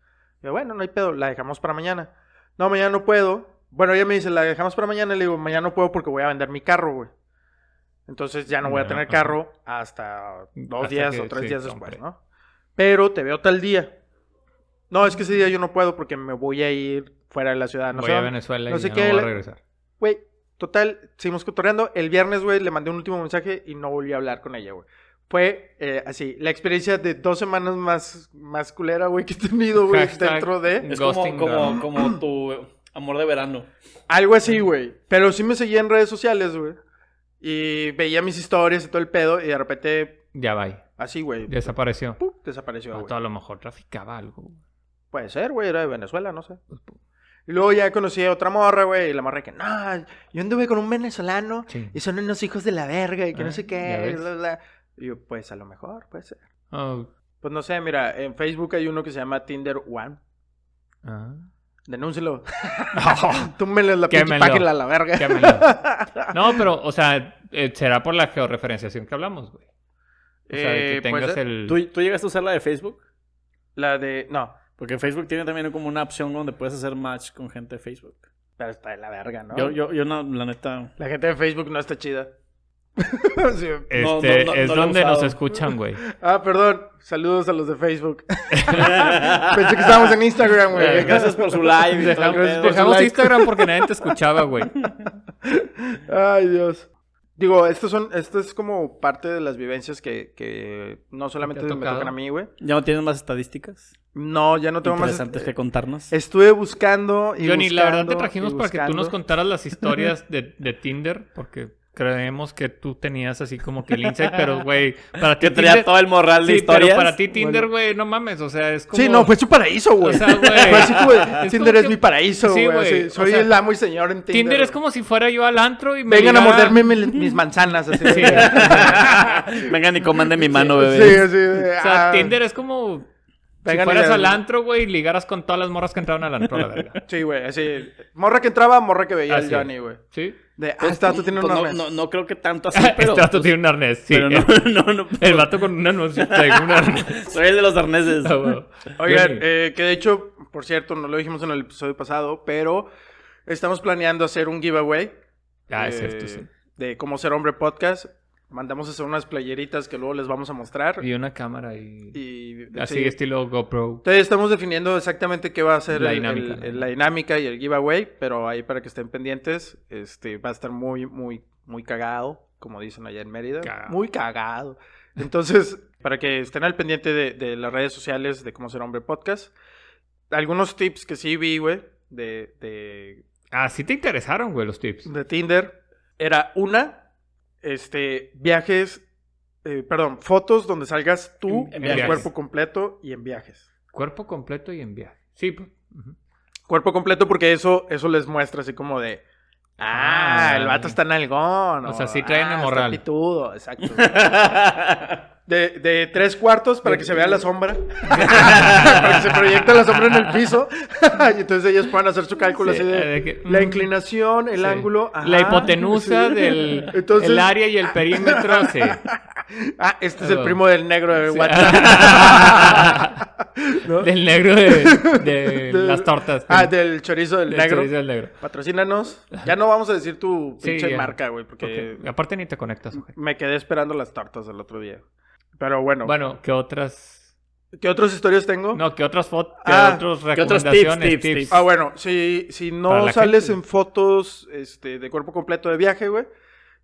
Speaker 1: Yo, bueno, no hay pedo, la dejamos para mañana. No, mañana no puedo. Bueno, ella me dice, la dejamos para mañana. Y le digo, mañana no puedo porque voy a vender mi carro, güey. Entonces ya no voy a
Speaker 2: Ya,
Speaker 1: tener
Speaker 2: ajá.
Speaker 1: carro hasta dos
Speaker 2: Hasta
Speaker 1: días
Speaker 2: que-
Speaker 1: o tres
Speaker 2: sí,
Speaker 1: días después,
Speaker 2: compre.
Speaker 1: ¿no? Pero te veo tal día. No, es que ese día yo no puedo porque me voy a ir fuera de la ciudad. No
Speaker 2: Voy
Speaker 1: sé
Speaker 2: a
Speaker 1: dónde.
Speaker 2: Venezuela
Speaker 1: no
Speaker 2: y
Speaker 1: sé
Speaker 2: ya
Speaker 1: qué-
Speaker 2: no voy a regresar.
Speaker 1: Güey, total, seguimos cotorreando. El viernes, güey, le mandé un último mensaje y no volví a hablar con ella, güey. Fue eh, así, la experiencia de dos semanas más, más culera, güey, que he tenido, güey,
Speaker 2: Hashtag-
Speaker 1: dentro de...
Speaker 3: Es como,
Speaker 2: Ghosting
Speaker 3: como,
Speaker 2: Girl.
Speaker 3: como tu amor de verano.
Speaker 1: Algo así, güey. Pero sí me seguía en redes sociales, güey. Y veía mis historias y todo el pedo y de repente,
Speaker 2: Ya va.
Speaker 1: así, güey,
Speaker 2: Desapareció.
Speaker 1: ¡pum! desapareció,
Speaker 2: O
Speaker 1: güey.
Speaker 2: todo a lo mejor traficaba algo.
Speaker 1: Puede ser, güey, era de Venezuela, no sé. Y luego ya conocí a otra morra, güey, y la morra que, no, yo anduve con un venezolano
Speaker 2: Sí.
Speaker 1: y son unos hijos de la verga y que no
Speaker 2: Ah,
Speaker 1: sé
Speaker 2: ya
Speaker 1: qué,
Speaker 2: ves.
Speaker 1: bla, bla. Y yo, pues a lo mejor, puede ser.
Speaker 2: Oh,
Speaker 1: Pues no sé, mira, en Facebook hay uno que se llama Tinder One.
Speaker 2: ah.
Speaker 1: Denúncelo. Túmbenle la pinche
Speaker 2: Quémenlo.
Speaker 1: página a la verga.
Speaker 2: Quémalo. No, pero, o sea, eh, será por la georreferenciación que hablamos, güey. O sea, de que
Speaker 1: Eh,
Speaker 2: tengas
Speaker 1: pues,
Speaker 2: el...
Speaker 3: ¿Tú, ¿Tú llegaste a usar la de Facebook?
Speaker 1: La de, no,
Speaker 3: Porque Facebook tiene también como una opción donde puedes hacer match con gente de Facebook.
Speaker 1: pero está de la verga,
Speaker 2: Ah.
Speaker 1: ¿no?
Speaker 3: Yo, yo, yo no, la neta.
Speaker 1: La gente de Facebook no está chida. Sí.
Speaker 2: Este,
Speaker 3: No, no, no,
Speaker 2: es
Speaker 3: no lo he
Speaker 2: donde
Speaker 3: usado.
Speaker 2: nos escuchan, güey.
Speaker 1: Ah, perdón. Saludos a los de Facebook. Pensé que estábamos en Instagram,
Speaker 3: Eh,
Speaker 1: güey.
Speaker 3: gracias por su live. y todo el
Speaker 2: Dejamos,
Speaker 3: pedo.
Speaker 1: por su
Speaker 2: dejamos
Speaker 1: like.
Speaker 2: Instagram porque nadie te escuchaba, güey.
Speaker 1: Ay, Dios. Digo, estos son, esto es como parte de las vivencias que, que no solamente me
Speaker 2: tocado?
Speaker 1: tocan a mí, güey.
Speaker 3: ¿Ya no tienes más estadísticas
Speaker 1: No, ya no tengo más.
Speaker 3: interesantes que contarnos?
Speaker 1: Estuve buscando y
Speaker 2: Johnny, la verdad te
Speaker 1: buscando y
Speaker 2: trajimos para que tú nos
Speaker 1: buscando.
Speaker 2: contaras las historias de, de Tinder, porque creemos que tú tenías así como que el insight, pero güey, para ti
Speaker 3: Que traía
Speaker 2: Tinder-
Speaker 3: todo el morral de
Speaker 2: Sí,
Speaker 3: historias.
Speaker 2: pero para ti Tinder, güey, no mames, o sea, es como...
Speaker 1: Sí, no, pues, fue su paraíso, güey.
Speaker 2: O sea, güey.
Speaker 1: Fue así como, Tinder
Speaker 2: Es como
Speaker 1: es
Speaker 2: que-
Speaker 1: mi paraíso,
Speaker 2: Sí,
Speaker 1: güey. así,
Speaker 2: güey, o
Speaker 1: soy
Speaker 2: sea,
Speaker 1: el amo y señor en Tinder.
Speaker 2: Tinder es
Speaker 1: güey.
Speaker 2: como si fuera yo al antro y me
Speaker 1: Vengan a
Speaker 2: ligara-
Speaker 1: morderme mi- mis manzanas, así.
Speaker 2: Sí.
Speaker 1: güey.
Speaker 3: Vengan y coman mi mano,
Speaker 1: Sí,
Speaker 3: bebé.
Speaker 1: así. de,
Speaker 2: O sea,
Speaker 1: ah,
Speaker 2: Tinder es como
Speaker 1: Vengan y
Speaker 2: si fueras
Speaker 1: le-
Speaker 2: al antro, güey, y ligaras con todas las morras que entraron al antro, la verga.
Speaker 1: Sí, güey, así. Morra que entraba, morra que veía
Speaker 2: Así
Speaker 1: el
Speaker 2: es.
Speaker 1: Johnny, güey.
Speaker 2: ¿Sí?
Speaker 1: De, ah,
Speaker 3: Ah, Pues,
Speaker 1: está, tú tienes
Speaker 3: pues,
Speaker 1: una
Speaker 3: no,
Speaker 1: mes.
Speaker 3: no, no creo que tanto así,
Speaker 2: Este
Speaker 3: pero...
Speaker 1: pues,
Speaker 2: vato tiene un arnés, sí.
Speaker 3: pero
Speaker 2: el,
Speaker 3: no, no, no,
Speaker 2: el vato con un arnés, traigo un arnés.
Speaker 3: Soy el de los arneses.
Speaker 2: Ah, güey.
Speaker 1: Oigan,
Speaker 2: Johnny.
Speaker 1: eh, que de hecho, por cierto, no lo dijimos en el episodio pasado, pero estamos planeando hacer un giveaway.
Speaker 2: Ah, es
Speaker 1: eh,
Speaker 2: cierto, sí.
Speaker 1: De Cómo Ser Hombre Podcast. Mandamos a hacer unas playeritas que luego les vamos a mostrar.
Speaker 2: Y una cámara y...
Speaker 1: Y,
Speaker 2: Así
Speaker 1: sí.
Speaker 2: Ah, estilo GoPro.
Speaker 1: Entonces estamos definiendo exactamente qué va a ser
Speaker 2: La
Speaker 1: el- el- el- la,
Speaker 2: dinámica,
Speaker 1: dinámica,
Speaker 2: ¿no?
Speaker 1: y el giveaway, pero ahí para que estén pendientes, este va a estar muy, muy, muy cagado, como dicen allá en Mérida.
Speaker 2: Cagado.
Speaker 1: Muy cagado. Entonces, para que estén al pendiente de, de las redes sociales de cómo ser hombre podcast. Algunos tips que sí vi, güey, de, de,
Speaker 2: Ah, sí te interesaron, güey, los tips.
Speaker 1: de Tinder. Era una, este, viajes, eh, perdón, fotos donde salgas tú
Speaker 3: En- en
Speaker 1: en,
Speaker 2: viajes.
Speaker 1: cuerpo completo y en viajes.
Speaker 2: Cuerpo completo y en viaje. Sí, pues. ujú.
Speaker 1: Cuerpo completo porque eso, eso les muestra así como de... Ah,
Speaker 2: Ah,
Speaker 1: el vato
Speaker 2: ya.
Speaker 1: está nalgón.
Speaker 2: O sea, sí traen
Speaker 1: ah,
Speaker 2: el morral".
Speaker 1: Está pitudo, exacto. De, de tres cuartos para que se vea la sombra. para que se proyecte la sombra en el piso. y entonces ellos puedan hacer su cálculo
Speaker 2: Sí,
Speaker 1: así de...
Speaker 2: eh, de que,
Speaker 1: La
Speaker 2: mm,
Speaker 1: inclinación, el
Speaker 2: sí.
Speaker 1: ángulo... ajá,
Speaker 2: La hipotenusa
Speaker 1: sí.
Speaker 2: del
Speaker 1: Entonces-
Speaker 2: el área y el perímetro, sí.
Speaker 1: Ah, este es el
Speaker 2: Oh.
Speaker 1: primo del negro de
Speaker 2: Sí.
Speaker 1: WhatsApp. ¿No?
Speaker 2: Del negro de, de
Speaker 1: Del-
Speaker 2: las tortas.
Speaker 1: Ah, del chorizo del,
Speaker 2: Del
Speaker 1: negro.
Speaker 2: chorizo del negro.
Speaker 1: Patrocínanos. Ya no vamos a decir tu
Speaker 2: Sí,
Speaker 1: pinche
Speaker 2: ya.
Speaker 1: marca, güey, porque
Speaker 2: Ok. Aparte ni te conectas, ojete.
Speaker 1: me quedé esperando las tartas el otro día. Pero bueno,
Speaker 2: Bueno, ¿qué otras?
Speaker 1: ¿qué otras historias tengo?
Speaker 2: No, ¿qué otras fotos? ¿Qué
Speaker 1: Ah,
Speaker 2: otras
Speaker 3: ¿qué otros tips,
Speaker 2: recomendaciones?
Speaker 3: tips,
Speaker 2: tips?
Speaker 3: tips?
Speaker 1: Ah, bueno, si, si
Speaker 2: Para
Speaker 1: no
Speaker 2: la
Speaker 1: sales
Speaker 2: gente.
Speaker 1: en fotos este, de cuerpo completo de viaje, güey,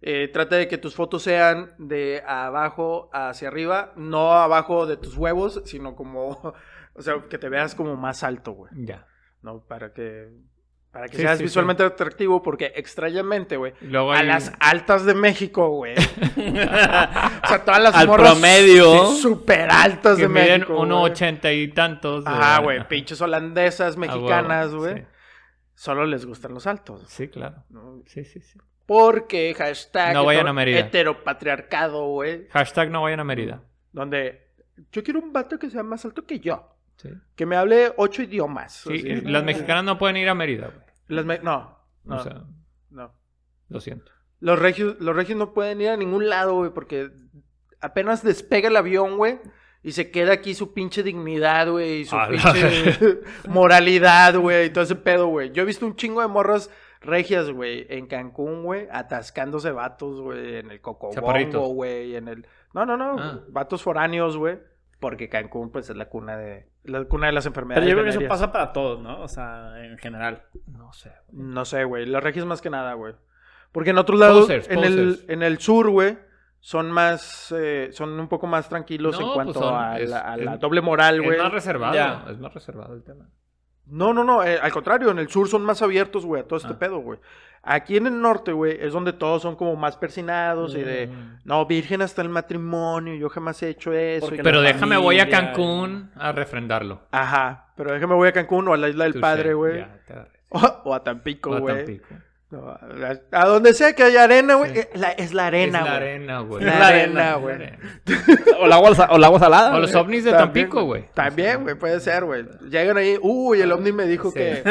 Speaker 1: eh, trata de que tus fotos sean de abajo hacia arriba, no abajo de tus huevos, sino como, o sea, que te veas como más alto, güey.
Speaker 2: Ya.
Speaker 1: ¿no? Para que, para que
Speaker 2: Sí,
Speaker 1: seas
Speaker 2: sí, sí.
Speaker 1: visualmente atractivo, porque extrañamente, güey,
Speaker 2: Luego
Speaker 1: a
Speaker 2: hay-
Speaker 1: las altas de México, güey. o sea, todas las
Speaker 3: Al
Speaker 1: morras
Speaker 3: promedio.
Speaker 1: sí, Súper altas
Speaker 2: que
Speaker 1: de
Speaker 2: miden
Speaker 1: México. güey.
Speaker 2: 1.80 y tantos. de-
Speaker 1: Ajá, güey, pinches holandesas,
Speaker 2: Ah, huevo,
Speaker 1: mexicanas, güey.
Speaker 2: sí.
Speaker 1: Solo les gustan los altos.
Speaker 2: Sí, claro.
Speaker 1: ¿no?
Speaker 2: Sí, sí, sí.
Speaker 1: Porque hashtag
Speaker 2: No vayan
Speaker 1: hetero-
Speaker 2: a Mérida.
Speaker 1: heteropatriarcado, güey.
Speaker 2: Hashtag no vayan a Mérida.
Speaker 1: Donde yo quiero un vato que sea más alto que yo.
Speaker 2: Sí.
Speaker 1: Que me hable ocho idiomas.
Speaker 2: Sí,
Speaker 1: así,
Speaker 2: y
Speaker 1: ¿no?
Speaker 2: las mexicanas no pueden ir a Mérida, güey.
Speaker 1: Las me- No, no,
Speaker 2: O sea,
Speaker 1: no.
Speaker 2: lo siento.
Speaker 1: Los regios, los regios no pueden ir a ningún lado, güey, porque apenas despega el avión, güey, y se queda aquí su pinche dignidad, güey, y su
Speaker 2: A la
Speaker 1: pinche moralidad, güey, y todo ese pedo, güey. Yo he visto un chingo de morros regias, güey, en Cancún, güey, atascándose vatos, güey, en el Cocobongo,
Speaker 2: Chaparritos.
Speaker 1: güey, en el... No, no, no,
Speaker 2: Ah.
Speaker 1: vatos foráneos, güey, porque Cancún, pues, es la cuna de... La cuna de las
Speaker 3: Pero
Speaker 1: enfermedades
Speaker 3: yo creo que eso
Speaker 1: venéreas.
Speaker 3: pasa para todos, ¿no? O sea, en general.
Speaker 2: No sé.
Speaker 1: No sé, güey. Los regios más que nada, güey. Porque en otros lados,
Speaker 2: Posers,
Speaker 1: en, el,
Speaker 2: posers.
Speaker 1: en el sur, güey, son más, eh, son un poco más tranquilos
Speaker 2: No,
Speaker 1: en
Speaker 2: pues
Speaker 1: cuanto
Speaker 2: son-
Speaker 1: a,
Speaker 2: es-
Speaker 1: la, a la
Speaker 2: es-
Speaker 1: doble moral,
Speaker 2: Es
Speaker 1: güey.
Speaker 2: más reservado.
Speaker 3: Ya.
Speaker 2: Es más reservado el tema.
Speaker 1: No, no, no. eh, al contrario, en el sur son más abiertos, güey, a todo este
Speaker 2: Ah.
Speaker 1: pedo, güey. Aquí en el norte, güey, es donde todos son como más persinados y de...
Speaker 2: Mm.
Speaker 1: No, virgen hasta el matrimonio, yo jamás he hecho eso.
Speaker 3: Porque
Speaker 1: y-
Speaker 3: la
Speaker 2: Pero déjame, voy a
Speaker 3: familia,
Speaker 2: Cancún
Speaker 1: eh,
Speaker 2: a refrendarlo.
Speaker 1: Ajá, pero déjame voy a Cancún o a la isla del
Speaker 2: Tú sé,
Speaker 1: padre, güey.
Speaker 2: ya, te agarré.
Speaker 1: O, o a Tampico,
Speaker 2: O a
Speaker 1: güey.
Speaker 2: Tampico.
Speaker 1: No, A, a- a donde sea que haya arena, güey.
Speaker 2: Sí.
Speaker 1: eh, la- Es la
Speaker 2: Es
Speaker 1: arena,
Speaker 2: la
Speaker 1: güey.
Speaker 2: arena, güey.
Speaker 1: La
Speaker 2: La
Speaker 1: arena,
Speaker 2: arena,
Speaker 1: güey.
Speaker 2: la arena.
Speaker 3: O la agua, o la agua salada.
Speaker 2: O los ovnis de
Speaker 1: También,
Speaker 2: Tampico, güey.
Speaker 1: También, güey, puede ser, güey. Llegan ahí, uy, el ovni me dijo
Speaker 2: Sí.
Speaker 1: que,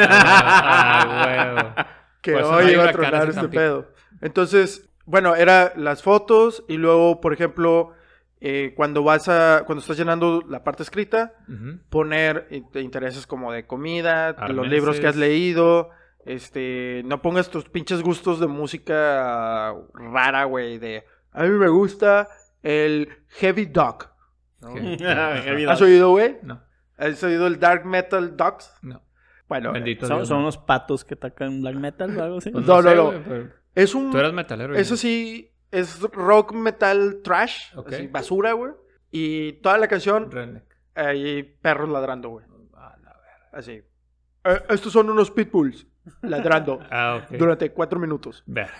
Speaker 2: Ah, huevo.
Speaker 1: que
Speaker 2: Por eso no
Speaker 1: hoy
Speaker 2: hay
Speaker 1: iba a
Speaker 2: huracanes
Speaker 1: tronar
Speaker 2: en
Speaker 1: este
Speaker 2: Tampico.
Speaker 1: pedo. Entonces, bueno, era las fotos y luego, por ejemplo, eh, cuando vas a, cuando estás llenando la parte escrita,
Speaker 2: Ujú.
Speaker 1: poner in- intereses como de comida, los
Speaker 2: Arneses.
Speaker 1: libros que has leído, este, no pongas tus pinches gustos de música rara, güey, de a mí me gusta el heavy dog.
Speaker 2: Ok.
Speaker 3: Ah,
Speaker 1: ¿Has oído, güey?
Speaker 2: No,
Speaker 1: ¿Has oído el dark metal dogs?
Speaker 2: no.
Speaker 1: Bueno,
Speaker 2: Bendito
Speaker 3: ¿Son,
Speaker 2: Dios.
Speaker 3: son unos patos que atacan black metal o algo así.
Speaker 2: Pues
Speaker 1: No, no,
Speaker 2: sé,
Speaker 1: no.
Speaker 2: güey, pero
Speaker 1: es un
Speaker 2: Tú eras metalero.
Speaker 1: Eso
Speaker 2: güey.
Speaker 1: sí, es rock metal trash,
Speaker 2: Ok.
Speaker 1: así, basura, güey. Y toda la canción
Speaker 2: Redneck.
Speaker 1: hay perros ladrando, güey.
Speaker 2: Ah, la verga.
Speaker 1: Así. "Eh, estos son unos pitbulls ladrando
Speaker 2: Ah, ok.
Speaker 1: durante cuatro minutos.
Speaker 2: Verga.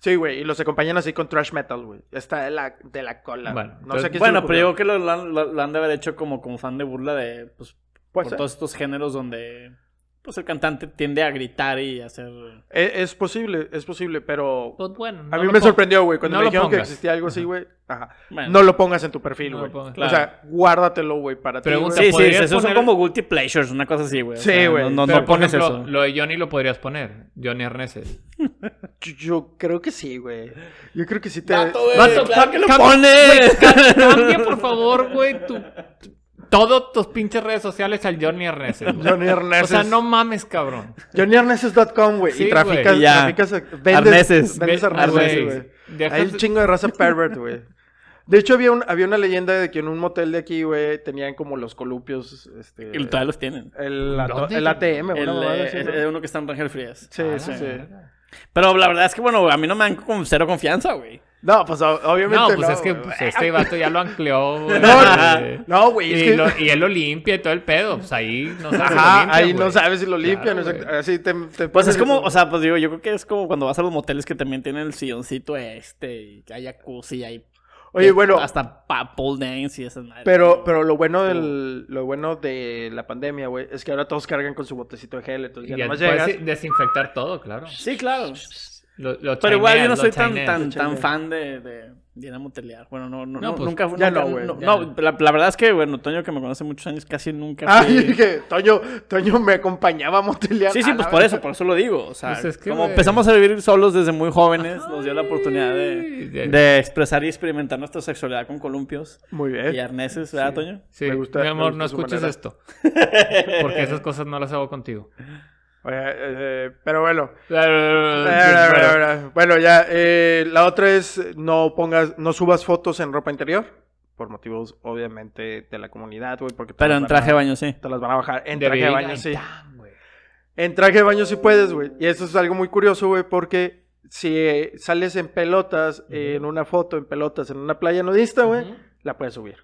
Speaker 1: Sí, güey, y los acompañan así con trash metal, güey. Está de la, de la cola.
Speaker 2: Bueno,
Speaker 1: no
Speaker 2: entonces-
Speaker 1: sé qué se le
Speaker 3: Bueno, pero
Speaker 1: ocurrió.
Speaker 3: yo creo que lo, lo- lo- lo han de haber hecho como con fan de burla de pues,
Speaker 1: Puede
Speaker 3: por
Speaker 1: ser.
Speaker 3: todos estos géneros donde pues el cantante tiende a gritar y a hacer
Speaker 1: E- Es, posible, es posible, pero
Speaker 2: Pues bueno.
Speaker 1: a mí me sorprendió, güey, cuando
Speaker 2: no
Speaker 1: me
Speaker 2: lo
Speaker 1: dijeron que
Speaker 2: pongas.
Speaker 1: existía algo así, güey. Ajá.
Speaker 3: Bueno.
Speaker 1: No lo pongas en tu perfil,
Speaker 2: No lo
Speaker 1: güey.
Speaker 2: pongas.
Speaker 1: O sea, guárdatelo, güey, para ti.
Speaker 2: Pregunta,
Speaker 1: güey.
Speaker 3: Sí, sí,
Speaker 2: podrías
Speaker 3: esos son
Speaker 2: poner-
Speaker 3: como guilty pleasures, una cosa así, güey. O
Speaker 1: Sí,
Speaker 3: sea,
Speaker 1: güey,
Speaker 3: No, no,
Speaker 2: Pero,
Speaker 3: no
Speaker 2: por
Speaker 3: pones
Speaker 2: ejemplo,
Speaker 3: eso.
Speaker 2: lo de Johnny lo podrías poner. Johnny Arneses.
Speaker 1: Yo, yo creo que sí, güey. Yo creo que sí te.
Speaker 2: Vato,
Speaker 3: claro que lo
Speaker 2: cambia-
Speaker 3: pones.
Speaker 2: güey, ca- Cambia, por favor, güey, tu, tu- todos tus pinches redes sociales al Johnny Arneses. güey.
Speaker 1: Johnny Arneses.
Speaker 2: O sea, no mames, cabrón.
Speaker 1: JohnnyArneses.com, güey.
Speaker 2: Sí,
Speaker 1: y traficas,
Speaker 2: güey.
Speaker 3: Ya.
Speaker 1: traficas- eh, vendes,
Speaker 3: Arneses.
Speaker 1: vendes
Speaker 2: Ve-
Speaker 1: arneses,
Speaker 2: güey,
Speaker 1: güey.
Speaker 2: dejas-
Speaker 1: Hay un chingo de raza pervert, güey. De hecho, había, un- había una leyenda de que en un motel de aquí, güey, tenían como los colupios, este...
Speaker 3: Y todavía los tienen.
Speaker 1: El, ato-
Speaker 2: ¿Dónde?
Speaker 1: el ATM,
Speaker 3: El,
Speaker 1: una mamada
Speaker 3: eh,
Speaker 1: así,
Speaker 3: es-
Speaker 1: ¿no?
Speaker 3: es uno que está en Rangel Frías.
Speaker 1: Sí,
Speaker 2: Ah,
Speaker 1: sí,
Speaker 2: la
Speaker 1: sí.
Speaker 2: verga.
Speaker 3: Pero la verdad es que, bueno, a mí no me dan con cero confianza, güey.
Speaker 1: No, pues o-
Speaker 2: No,
Speaker 1: obviamente
Speaker 2: pues es que
Speaker 1: güey.
Speaker 2: pues, este vato ya lo ancleó, güey.
Speaker 1: No, no, güey, es
Speaker 2: Y,
Speaker 1: que...
Speaker 2: lo- y él lo limpia y todo el pedo. Pues ahí no sabes si lo
Speaker 1: Ajá,
Speaker 2: limpia,
Speaker 1: ahí
Speaker 2: güey.
Speaker 1: no sabes si lo limpian,
Speaker 2: Claro,
Speaker 1: exacto.
Speaker 2: güey.
Speaker 1: así te... te
Speaker 3: Pues es
Speaker 1: ponen-
Speaker 3: como, o sea, pues digo, yo creo que es como cuando vas a los moteles que también tienen el silloncito este, y que hay jacuzzi, hay
Speaker 1: Oye, bueno,
Speaker 3: hasta pa- pole dance y esas madres.
Speaker 1: pero, pero lo bueno del, lo bueno de la pandemia, güey, es que ahora todos cargan con su botecito de gel, entonces ya
Speaker 2: Y ya
Speaker 1: nomás
Speaker 2: puedes
Speaker 1: llegas...
Speaker 2: desinfectar todo, claro.
Speaker 3: Sí, claro.
Speaker 2: Lo- lo
Speaker 3: Pero igual yo no
Speaker 2: chaineas,
Speaker 3: soy
Speaker 2: lo
Speaker 3: tan,
Speaker 2: chaineas.
Speaker 3: tan,
Speaker 1: chaineas.
Speaker 3: tan fan de, de, de ir a motelear. Bueno, no, no,
Speaker 2: No,
Speaker 3: no,
Speaker 2: pues,
Speaker 3: nunca
Speaker 1: ya
Speaker 3: nunca-
Speaker 1: no, Ah, güey,
Speaker 3: no,
Speaker 2: ya
Speaker 3: no,
Speaker 2: no.
Speaker 3: la, la verdad es que, bueno, Toño, que me conoce muchos años, casi nunca.
Speaker 1: Ay,
Speaker 3: fui-
Speaker 1: dije, Toño, Toño me acompañaba a motelear. Ah,
Speaker 3: Sí, sí,
Speaker 1: A
Speaker 3: pues
Speaker 1: la
Speaker 3: por
Speaker 1: verga.
Speaker 3: eso, por eso lo digo. O sea,
Speaker 2: Pues es que,
Speaker 3: como
Speaker 2: güey.
Speaker 3: empezamos a vivir solos desde muy jóvenes, nos dio la oportunidad
Speaker 2: Ay,
Speaker 3: de,
Speaker 2: de-
Speaker 3: de expresar y experimentar nuestra sexualidad con columpios
Speaker 1: Muy
Speaker 3: y
Speaker 1: bien.
Speaker 3: arneses, ¿verdad, Toño?
Speaker 2: Eh. Sí,
Speaker 1: Me gusta-
Speaker 2: mi
Speaker 1: me
Speaker 2: amor,
Speaker 1: gusta
Speaker 2: no
Speaker 1: su
Speaker 2: escuches
Speaker 1: manera.
Speaker 2: esto. Porque esas cosas no las hago contigo.
Speaker 1: Oye, eh, eh, pero bueno.
Speaker 2: Ah, Pero-
Speaker 1: Bueno, ya. eh, la otra es no pongas, no subas fotos en ropa interior. Por motivos, obviamente, de la comunidad, güey. Porque te
Speaker 3: Pero
Speaker 1: las
Speaker 3: en
Speaker 1: van
Speaker 3: traje de
Speaker 1: a-
Speaker 3: baño, sí.
Speaker 1: Te las van a bajar. En
Speaker 2: de
Speaker 1: traje de
Speaker 2: Big
Speaker 1: baño,
Speaker 2: Bang
Speaker 1: sí.
Speaker 2: Tang, güey.
Speaker 1: En traje de baño sí puedes, güey. Y eso es algo muy curioso, güey, porque si eh, sales en pelotas, eh, en una foto, en pelotas, en una playa nudista, güey,
Speaker 2: Ujú.
Speaker 1: la puedes subir.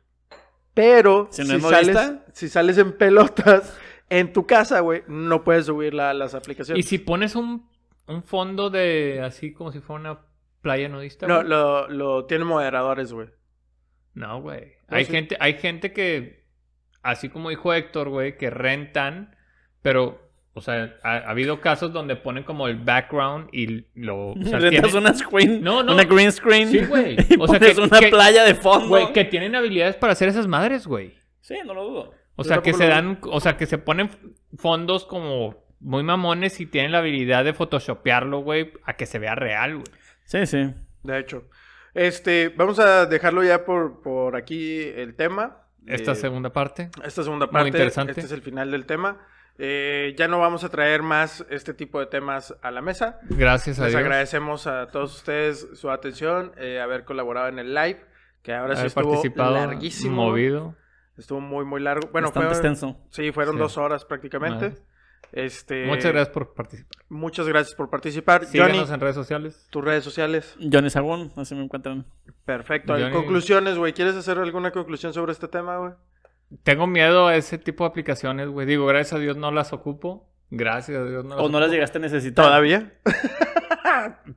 Speaker 1: Pero
Speaker 3: Si
Speaker 1: si,
Speaker 3: no es nudista.
Speaker 1: sales, si sales en pelotas en tu casa, güey, no puedes subirla a las
Speaker 2: Y
Speaker 1: aplicaciones.
Speaker 2: si pones un, un fondo de así como si fuera una playa nudista.
Speaker 1: No,
Speaker 2: güey?
Speaker 1: lo, lo tienen moderadores, güey.
Speaker 2: No, güey.
Speaker 1: No,
Speaker 2: hay
Speaker 1: sí.
Speaker 2: gente, hay gente que, así como dijo Héctor, güey, que rentan, pero, o sea, ha, ha habido casos donde ponen como el background y lo. o sea,
Speaker 3: Rentas
Speaker 2: tienen-
Speaker 3: una screen,
Speaker 2: No, no.
Speaker 3: una green screen.
Speaker 2: Sí, güey.
Speaker 3: y
Speaker 2: O sea,
Speaker 3: pones
Speaker 2: que-
Speaker 3: una
Speaker 2: que-
Speaker 3: playa de fondo.
Speaker 2: Güey, que tienen habilidades para hacer esas madres, güey.
Speaker 3: Sí, no lo dudo.
Speaker 2: O
Speaker 1: Yo
Speaker 2: sea, que
Speaker 1: tampoco
Speaker 2: se
Speaker 1: lo
Speaker 2: dan, o sea, que se ponen f- fondos como muy mamones y tienen la habilidad de photoshopearlo, güey, a que se vea real, güey.
Speaker 3: Sí, sí.
Speaker 1: De hecho. Este, vamos a dejarlo ya por, por aquí el tema.
Speaker 2: Esta
Speaker 1: Eh,
Speaker 2: segunda parte.
Speaker 1: Esta segunda
Speaker 2: Muy
Speaker 1: parte.
Speaker 2: interesante.
Speaker 1: Este es el final del tema. Eh, ya no vamos a traer más este tipo de temas a la mesa.
Speaker 2: Gracias a
Speaker 1: Les
Speaker 2: Dios.
Speaker 1: agradecemos a todos ustedes su atención, eh, haber colaborado en el live, que ahora sí
Speaker 2: haber
Speaker 1: estuvo
Speaker 2: participado,
Speaker 1: larguísimo.
Speaker 2: movido.
Speaker 1: Estuvo muy, muy largo. Bueno,
Speaker 3: Bastante
Speaker 1: fueron,
Speaker 3: extenso.
Speaker 1: sí, fueron
Speaker 2: Sí.
Speaker 1: dos horas prácticamente.
Speaker 2: Madre.
Speaker 1: Este,
Speaker 2: Muchas gracias por participar.
Speaker 1: Muchas gracias por participar.
Speaker 2: Síganos
Speaker 1: Johnny,
Speaker 2: en redes sociales.
Speaker 1: tus redes sociales.
Speaker 3: Johnny Sagún, así me encuentran.
Speaker 1: Perfecto.
Speaker 2: Johnny-
Speaker 1: Conclusiones, güey. ¿Quieres hacer alguna conclusión sobre este tema, güey?
Speaker 2: Tengo miedo a ese tipo de aplicaciones, güey. Digo, gracias a Dios no las ocupo. Gracias a Dios no las
Speaker 3: O no
Speaker 2: ocupo.
Speaker 3: las llegaste a necesitar.
Speaker 1: ¿Todavía?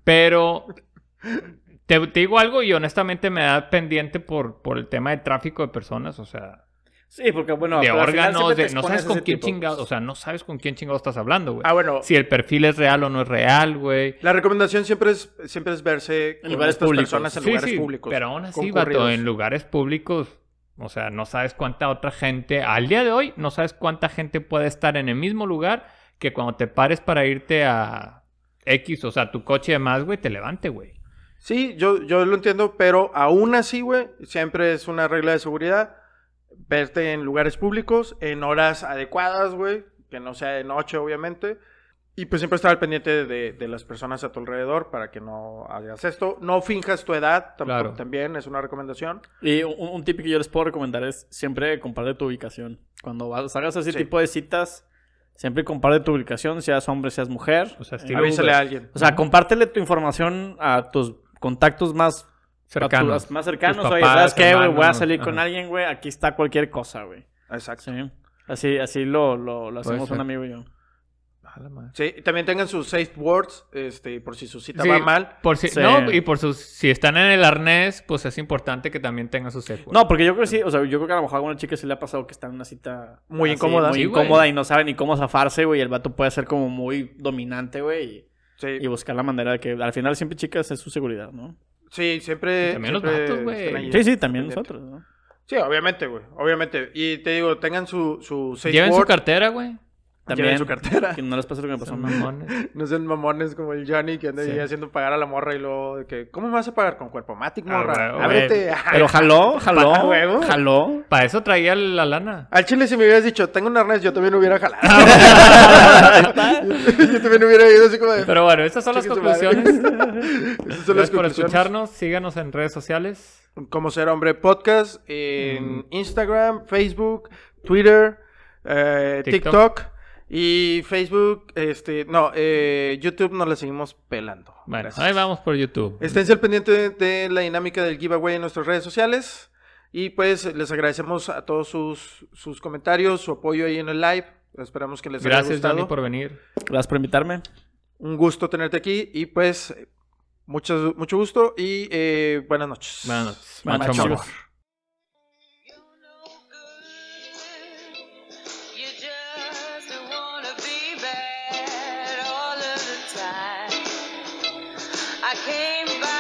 Speaker 2: Pero te, te digo algo y honestamente me da pendiente por, por el tema de tráfico de personas. O sea,
Speaker 3: Sí, porque bueno,
Speaker 2: de
Speaker 3: pero al final
Speaker 2: órganos,
Speaker 3: siempre
Speaker 2: de-
Speaker 3: te
Speaker 2: no
Speaker 3: expones
Speaker 2: sabes
Speaker 3: a
Speaker 2: con
Speaker 3: ese
Speaker 2: quién
Speaker 3: tipo.
Speaker 2: chingado, o sea, no sabes con quién chingado estás hablando, güey.
Speaker 1: Ah, bueno.
Speaker 2: Si el perfil es real o no es real, güey.
Speaker 1: La recomendación siempre es, siempre es verse con
Speaker 3: lugares
Speaker 1: estas
Speaker 3: públicos.
Speaker 1: personas en
Speaker 2: Sí,
Speaker 1: lugares
Speaker 2: sí,
Speaker 1: públicos.
Speaker 2: pero aún así, vato,
Speaker 1: concurridos.
Speaker 2: en lugares públicos, o sea, no sabes cuánta otra gente, al día de hoy, no sabes cuánta gente puede estar en el mismo lugar que cuando te pares para irte a X, o sea, tu coche y demás, güey, te levante, güey.
Speaker 1: Sí, yo, yo lo entiendo, pero aún así, güey, siempre es una regla de seguridad verte en lugares públicos, en horas adecuadas, güey, que no sea de noche, obviamente. Y pues siempre estar al pendiente de, de las personas a tu alrededor para que no hagas esto. No finjas tu edad, tampoco-
Speaker 2: Claro.
Speaker 1: también es una recomendación.
Speaker 3: Y un, un tip que yo les puedo recomendar es siempre comparte tu ubicación. Cuando vas, hagas ese
Speaker 1: Sí.
Speaker 3: tipo de citas, siempre comparte tu ubicación, seas hombre, seas mujer.
Speaker 2: O sea,
Speaker 3: Eh,
Speaker 2: estilo- Sí,
Speaker 1: Avísale
Speaker 2: Uber.
Speaker 1: a alguien.
Speaker 3: o sea, compártele tu información a tus contactos más
Speaker 2: cercanos.
Speaker 3: cercanos. Más cercanos.
Speaker 2: Tus
Speaker 3: Oye,
Speaker 2: papás,
Speaker 3: ¿sabes qué, güey? Voy a
Speaker 2: hermanos,
Speaker 3: salir con
Speaker 2: ajá.
Speaker 3: alguien, güey. Aquí está cualquier cosa, güey.
Speaker 1: Exacto.
Speaker 3: Sí. Así, así lo, lo, lo
Speaker 2: Puede
Speaker 3: hacemos
Speaker 2: ser.
Speaker 3: un amigo y yo.
Speaker 2: A la madre.
Speaker 1: Sí, y también tengan sus safe words, este, por si su cita
Speaker 2: Sí,
Speaker 1: va mal.
Speaker 2: Por si,
Speaker 3: Sí.
Speaker 2: No, y por sus, si están en el arnés, pues es importante que también tengan su set.
Speaker 3: No, porque yo creo que sí, o sea, yo creo que a lo mejor a alguna chica sí le ha pasado que está en una cita
Speaker 1: Muy incómoda.
Speaker 3: muy
Speaker 2: Sí, güey.
Speaker 3: incómoda y no sabe ni cómo zafarse, güey. y El vato puede ser como muy dominante, güey.
Speaker 1: Sí,
Speaker 3: Y, y buscar la manera de que al final siempre chicas es su seguridad, ¿no?
Speaker 1: sí siempre.
Speaker 2: También los
Speaker 1: siempre
Speaker 2: vatos, güey.
Speaker 1: estén ahí.
Speaker 3: Sí, sí, también
Speaker 1: pendiente.
Speaker 3: nosotros, ¿no?
Speaker 1: Sí, obviamente, güey. Obviamente. Y te digo, tengan su, su safe
Speaker 2: Lleven su
Speaker 1: word,
Speaker 2: cartera, güey.
Speaker 1: lleven
Speaker 3: También.
Speaker 1: su cartera.
Speaker 3: Que no les pasa lo que me pasó a
Speaker 2: Son
Speaker 3: mí.
Speaker 2: mamones.
Speaker 1: No sean mamones como el Johnny que anda ahí
Speaker 2: Sí.
Speaker 1: haciendo pagar a la morra y luego de que, ¿cómo me vas a pagar? Con cuerpo matic,
Speaker 2: Ah,
Speaker 1: morra.
Speaker 2: güey,
Speaker 1: Ábrete.
Speaker 3: Pero jaló,
Speaker 1: Pa'
Speaker 3: jaló,
Speaker 1: Ah, huevo.
Speaker 3: jaló.
Speaker 2: Para eso traía la lana.
Speaker 1: Al chile, si me hubieras dicho, tengo un arnés, yo también hubiera jalado.
Speaker 3: Ah,
Speaker 1: yo también hubiera ido así como de.
Speaker 2: Pero bueno, estas son las
Speaker 1: "Chingue su madre".
Speaker 2: conclusiones.
Speaker 1: Esas son las
Speaker 2: Gracias por
Speaker 1: conclusiones.
Speaker 2: escucharnos. Síganos en redes sociales.
Speaker 1: Como ser hombre podcast en
Speaker 2: Mm.
Speaker 1: Instagram, Facebook, Twitter, eh,
Speaker 2: TikTok.
Speaker 1: TikTok. y Facebook, este, no, eh, YouTube nos la seguimos pelando.
Speaker 2: Bueno,
Speaker 1: Gracias.
Speaker 2: ahí vamos por YouTube.
Speaker 1: Esténse al pendiente de, de la dinámica del giveaway en nuestras redes sociales. Y pues les agradecemos a todos sus, sus comentarios, su apoyo ahí en el live. Esperamos que les haya
Speaker 2: Gracias,
Speaker 1: gustado.
Speaker 2: Dani, por venir.
Speaker 3: Gracias por invitarme.
Speaker 1: Un gusto tenerte aquí y pues mucho, mucho gusto y eh, buenas noches.
Speaker 2: Buenas noches.
Speaker 3: Macho
Speaker 2: Macho
Speaker 3: amor.
Speaker 2: amor.
Speaker 6: You're no good. You just wanna be bad all of the time. I came by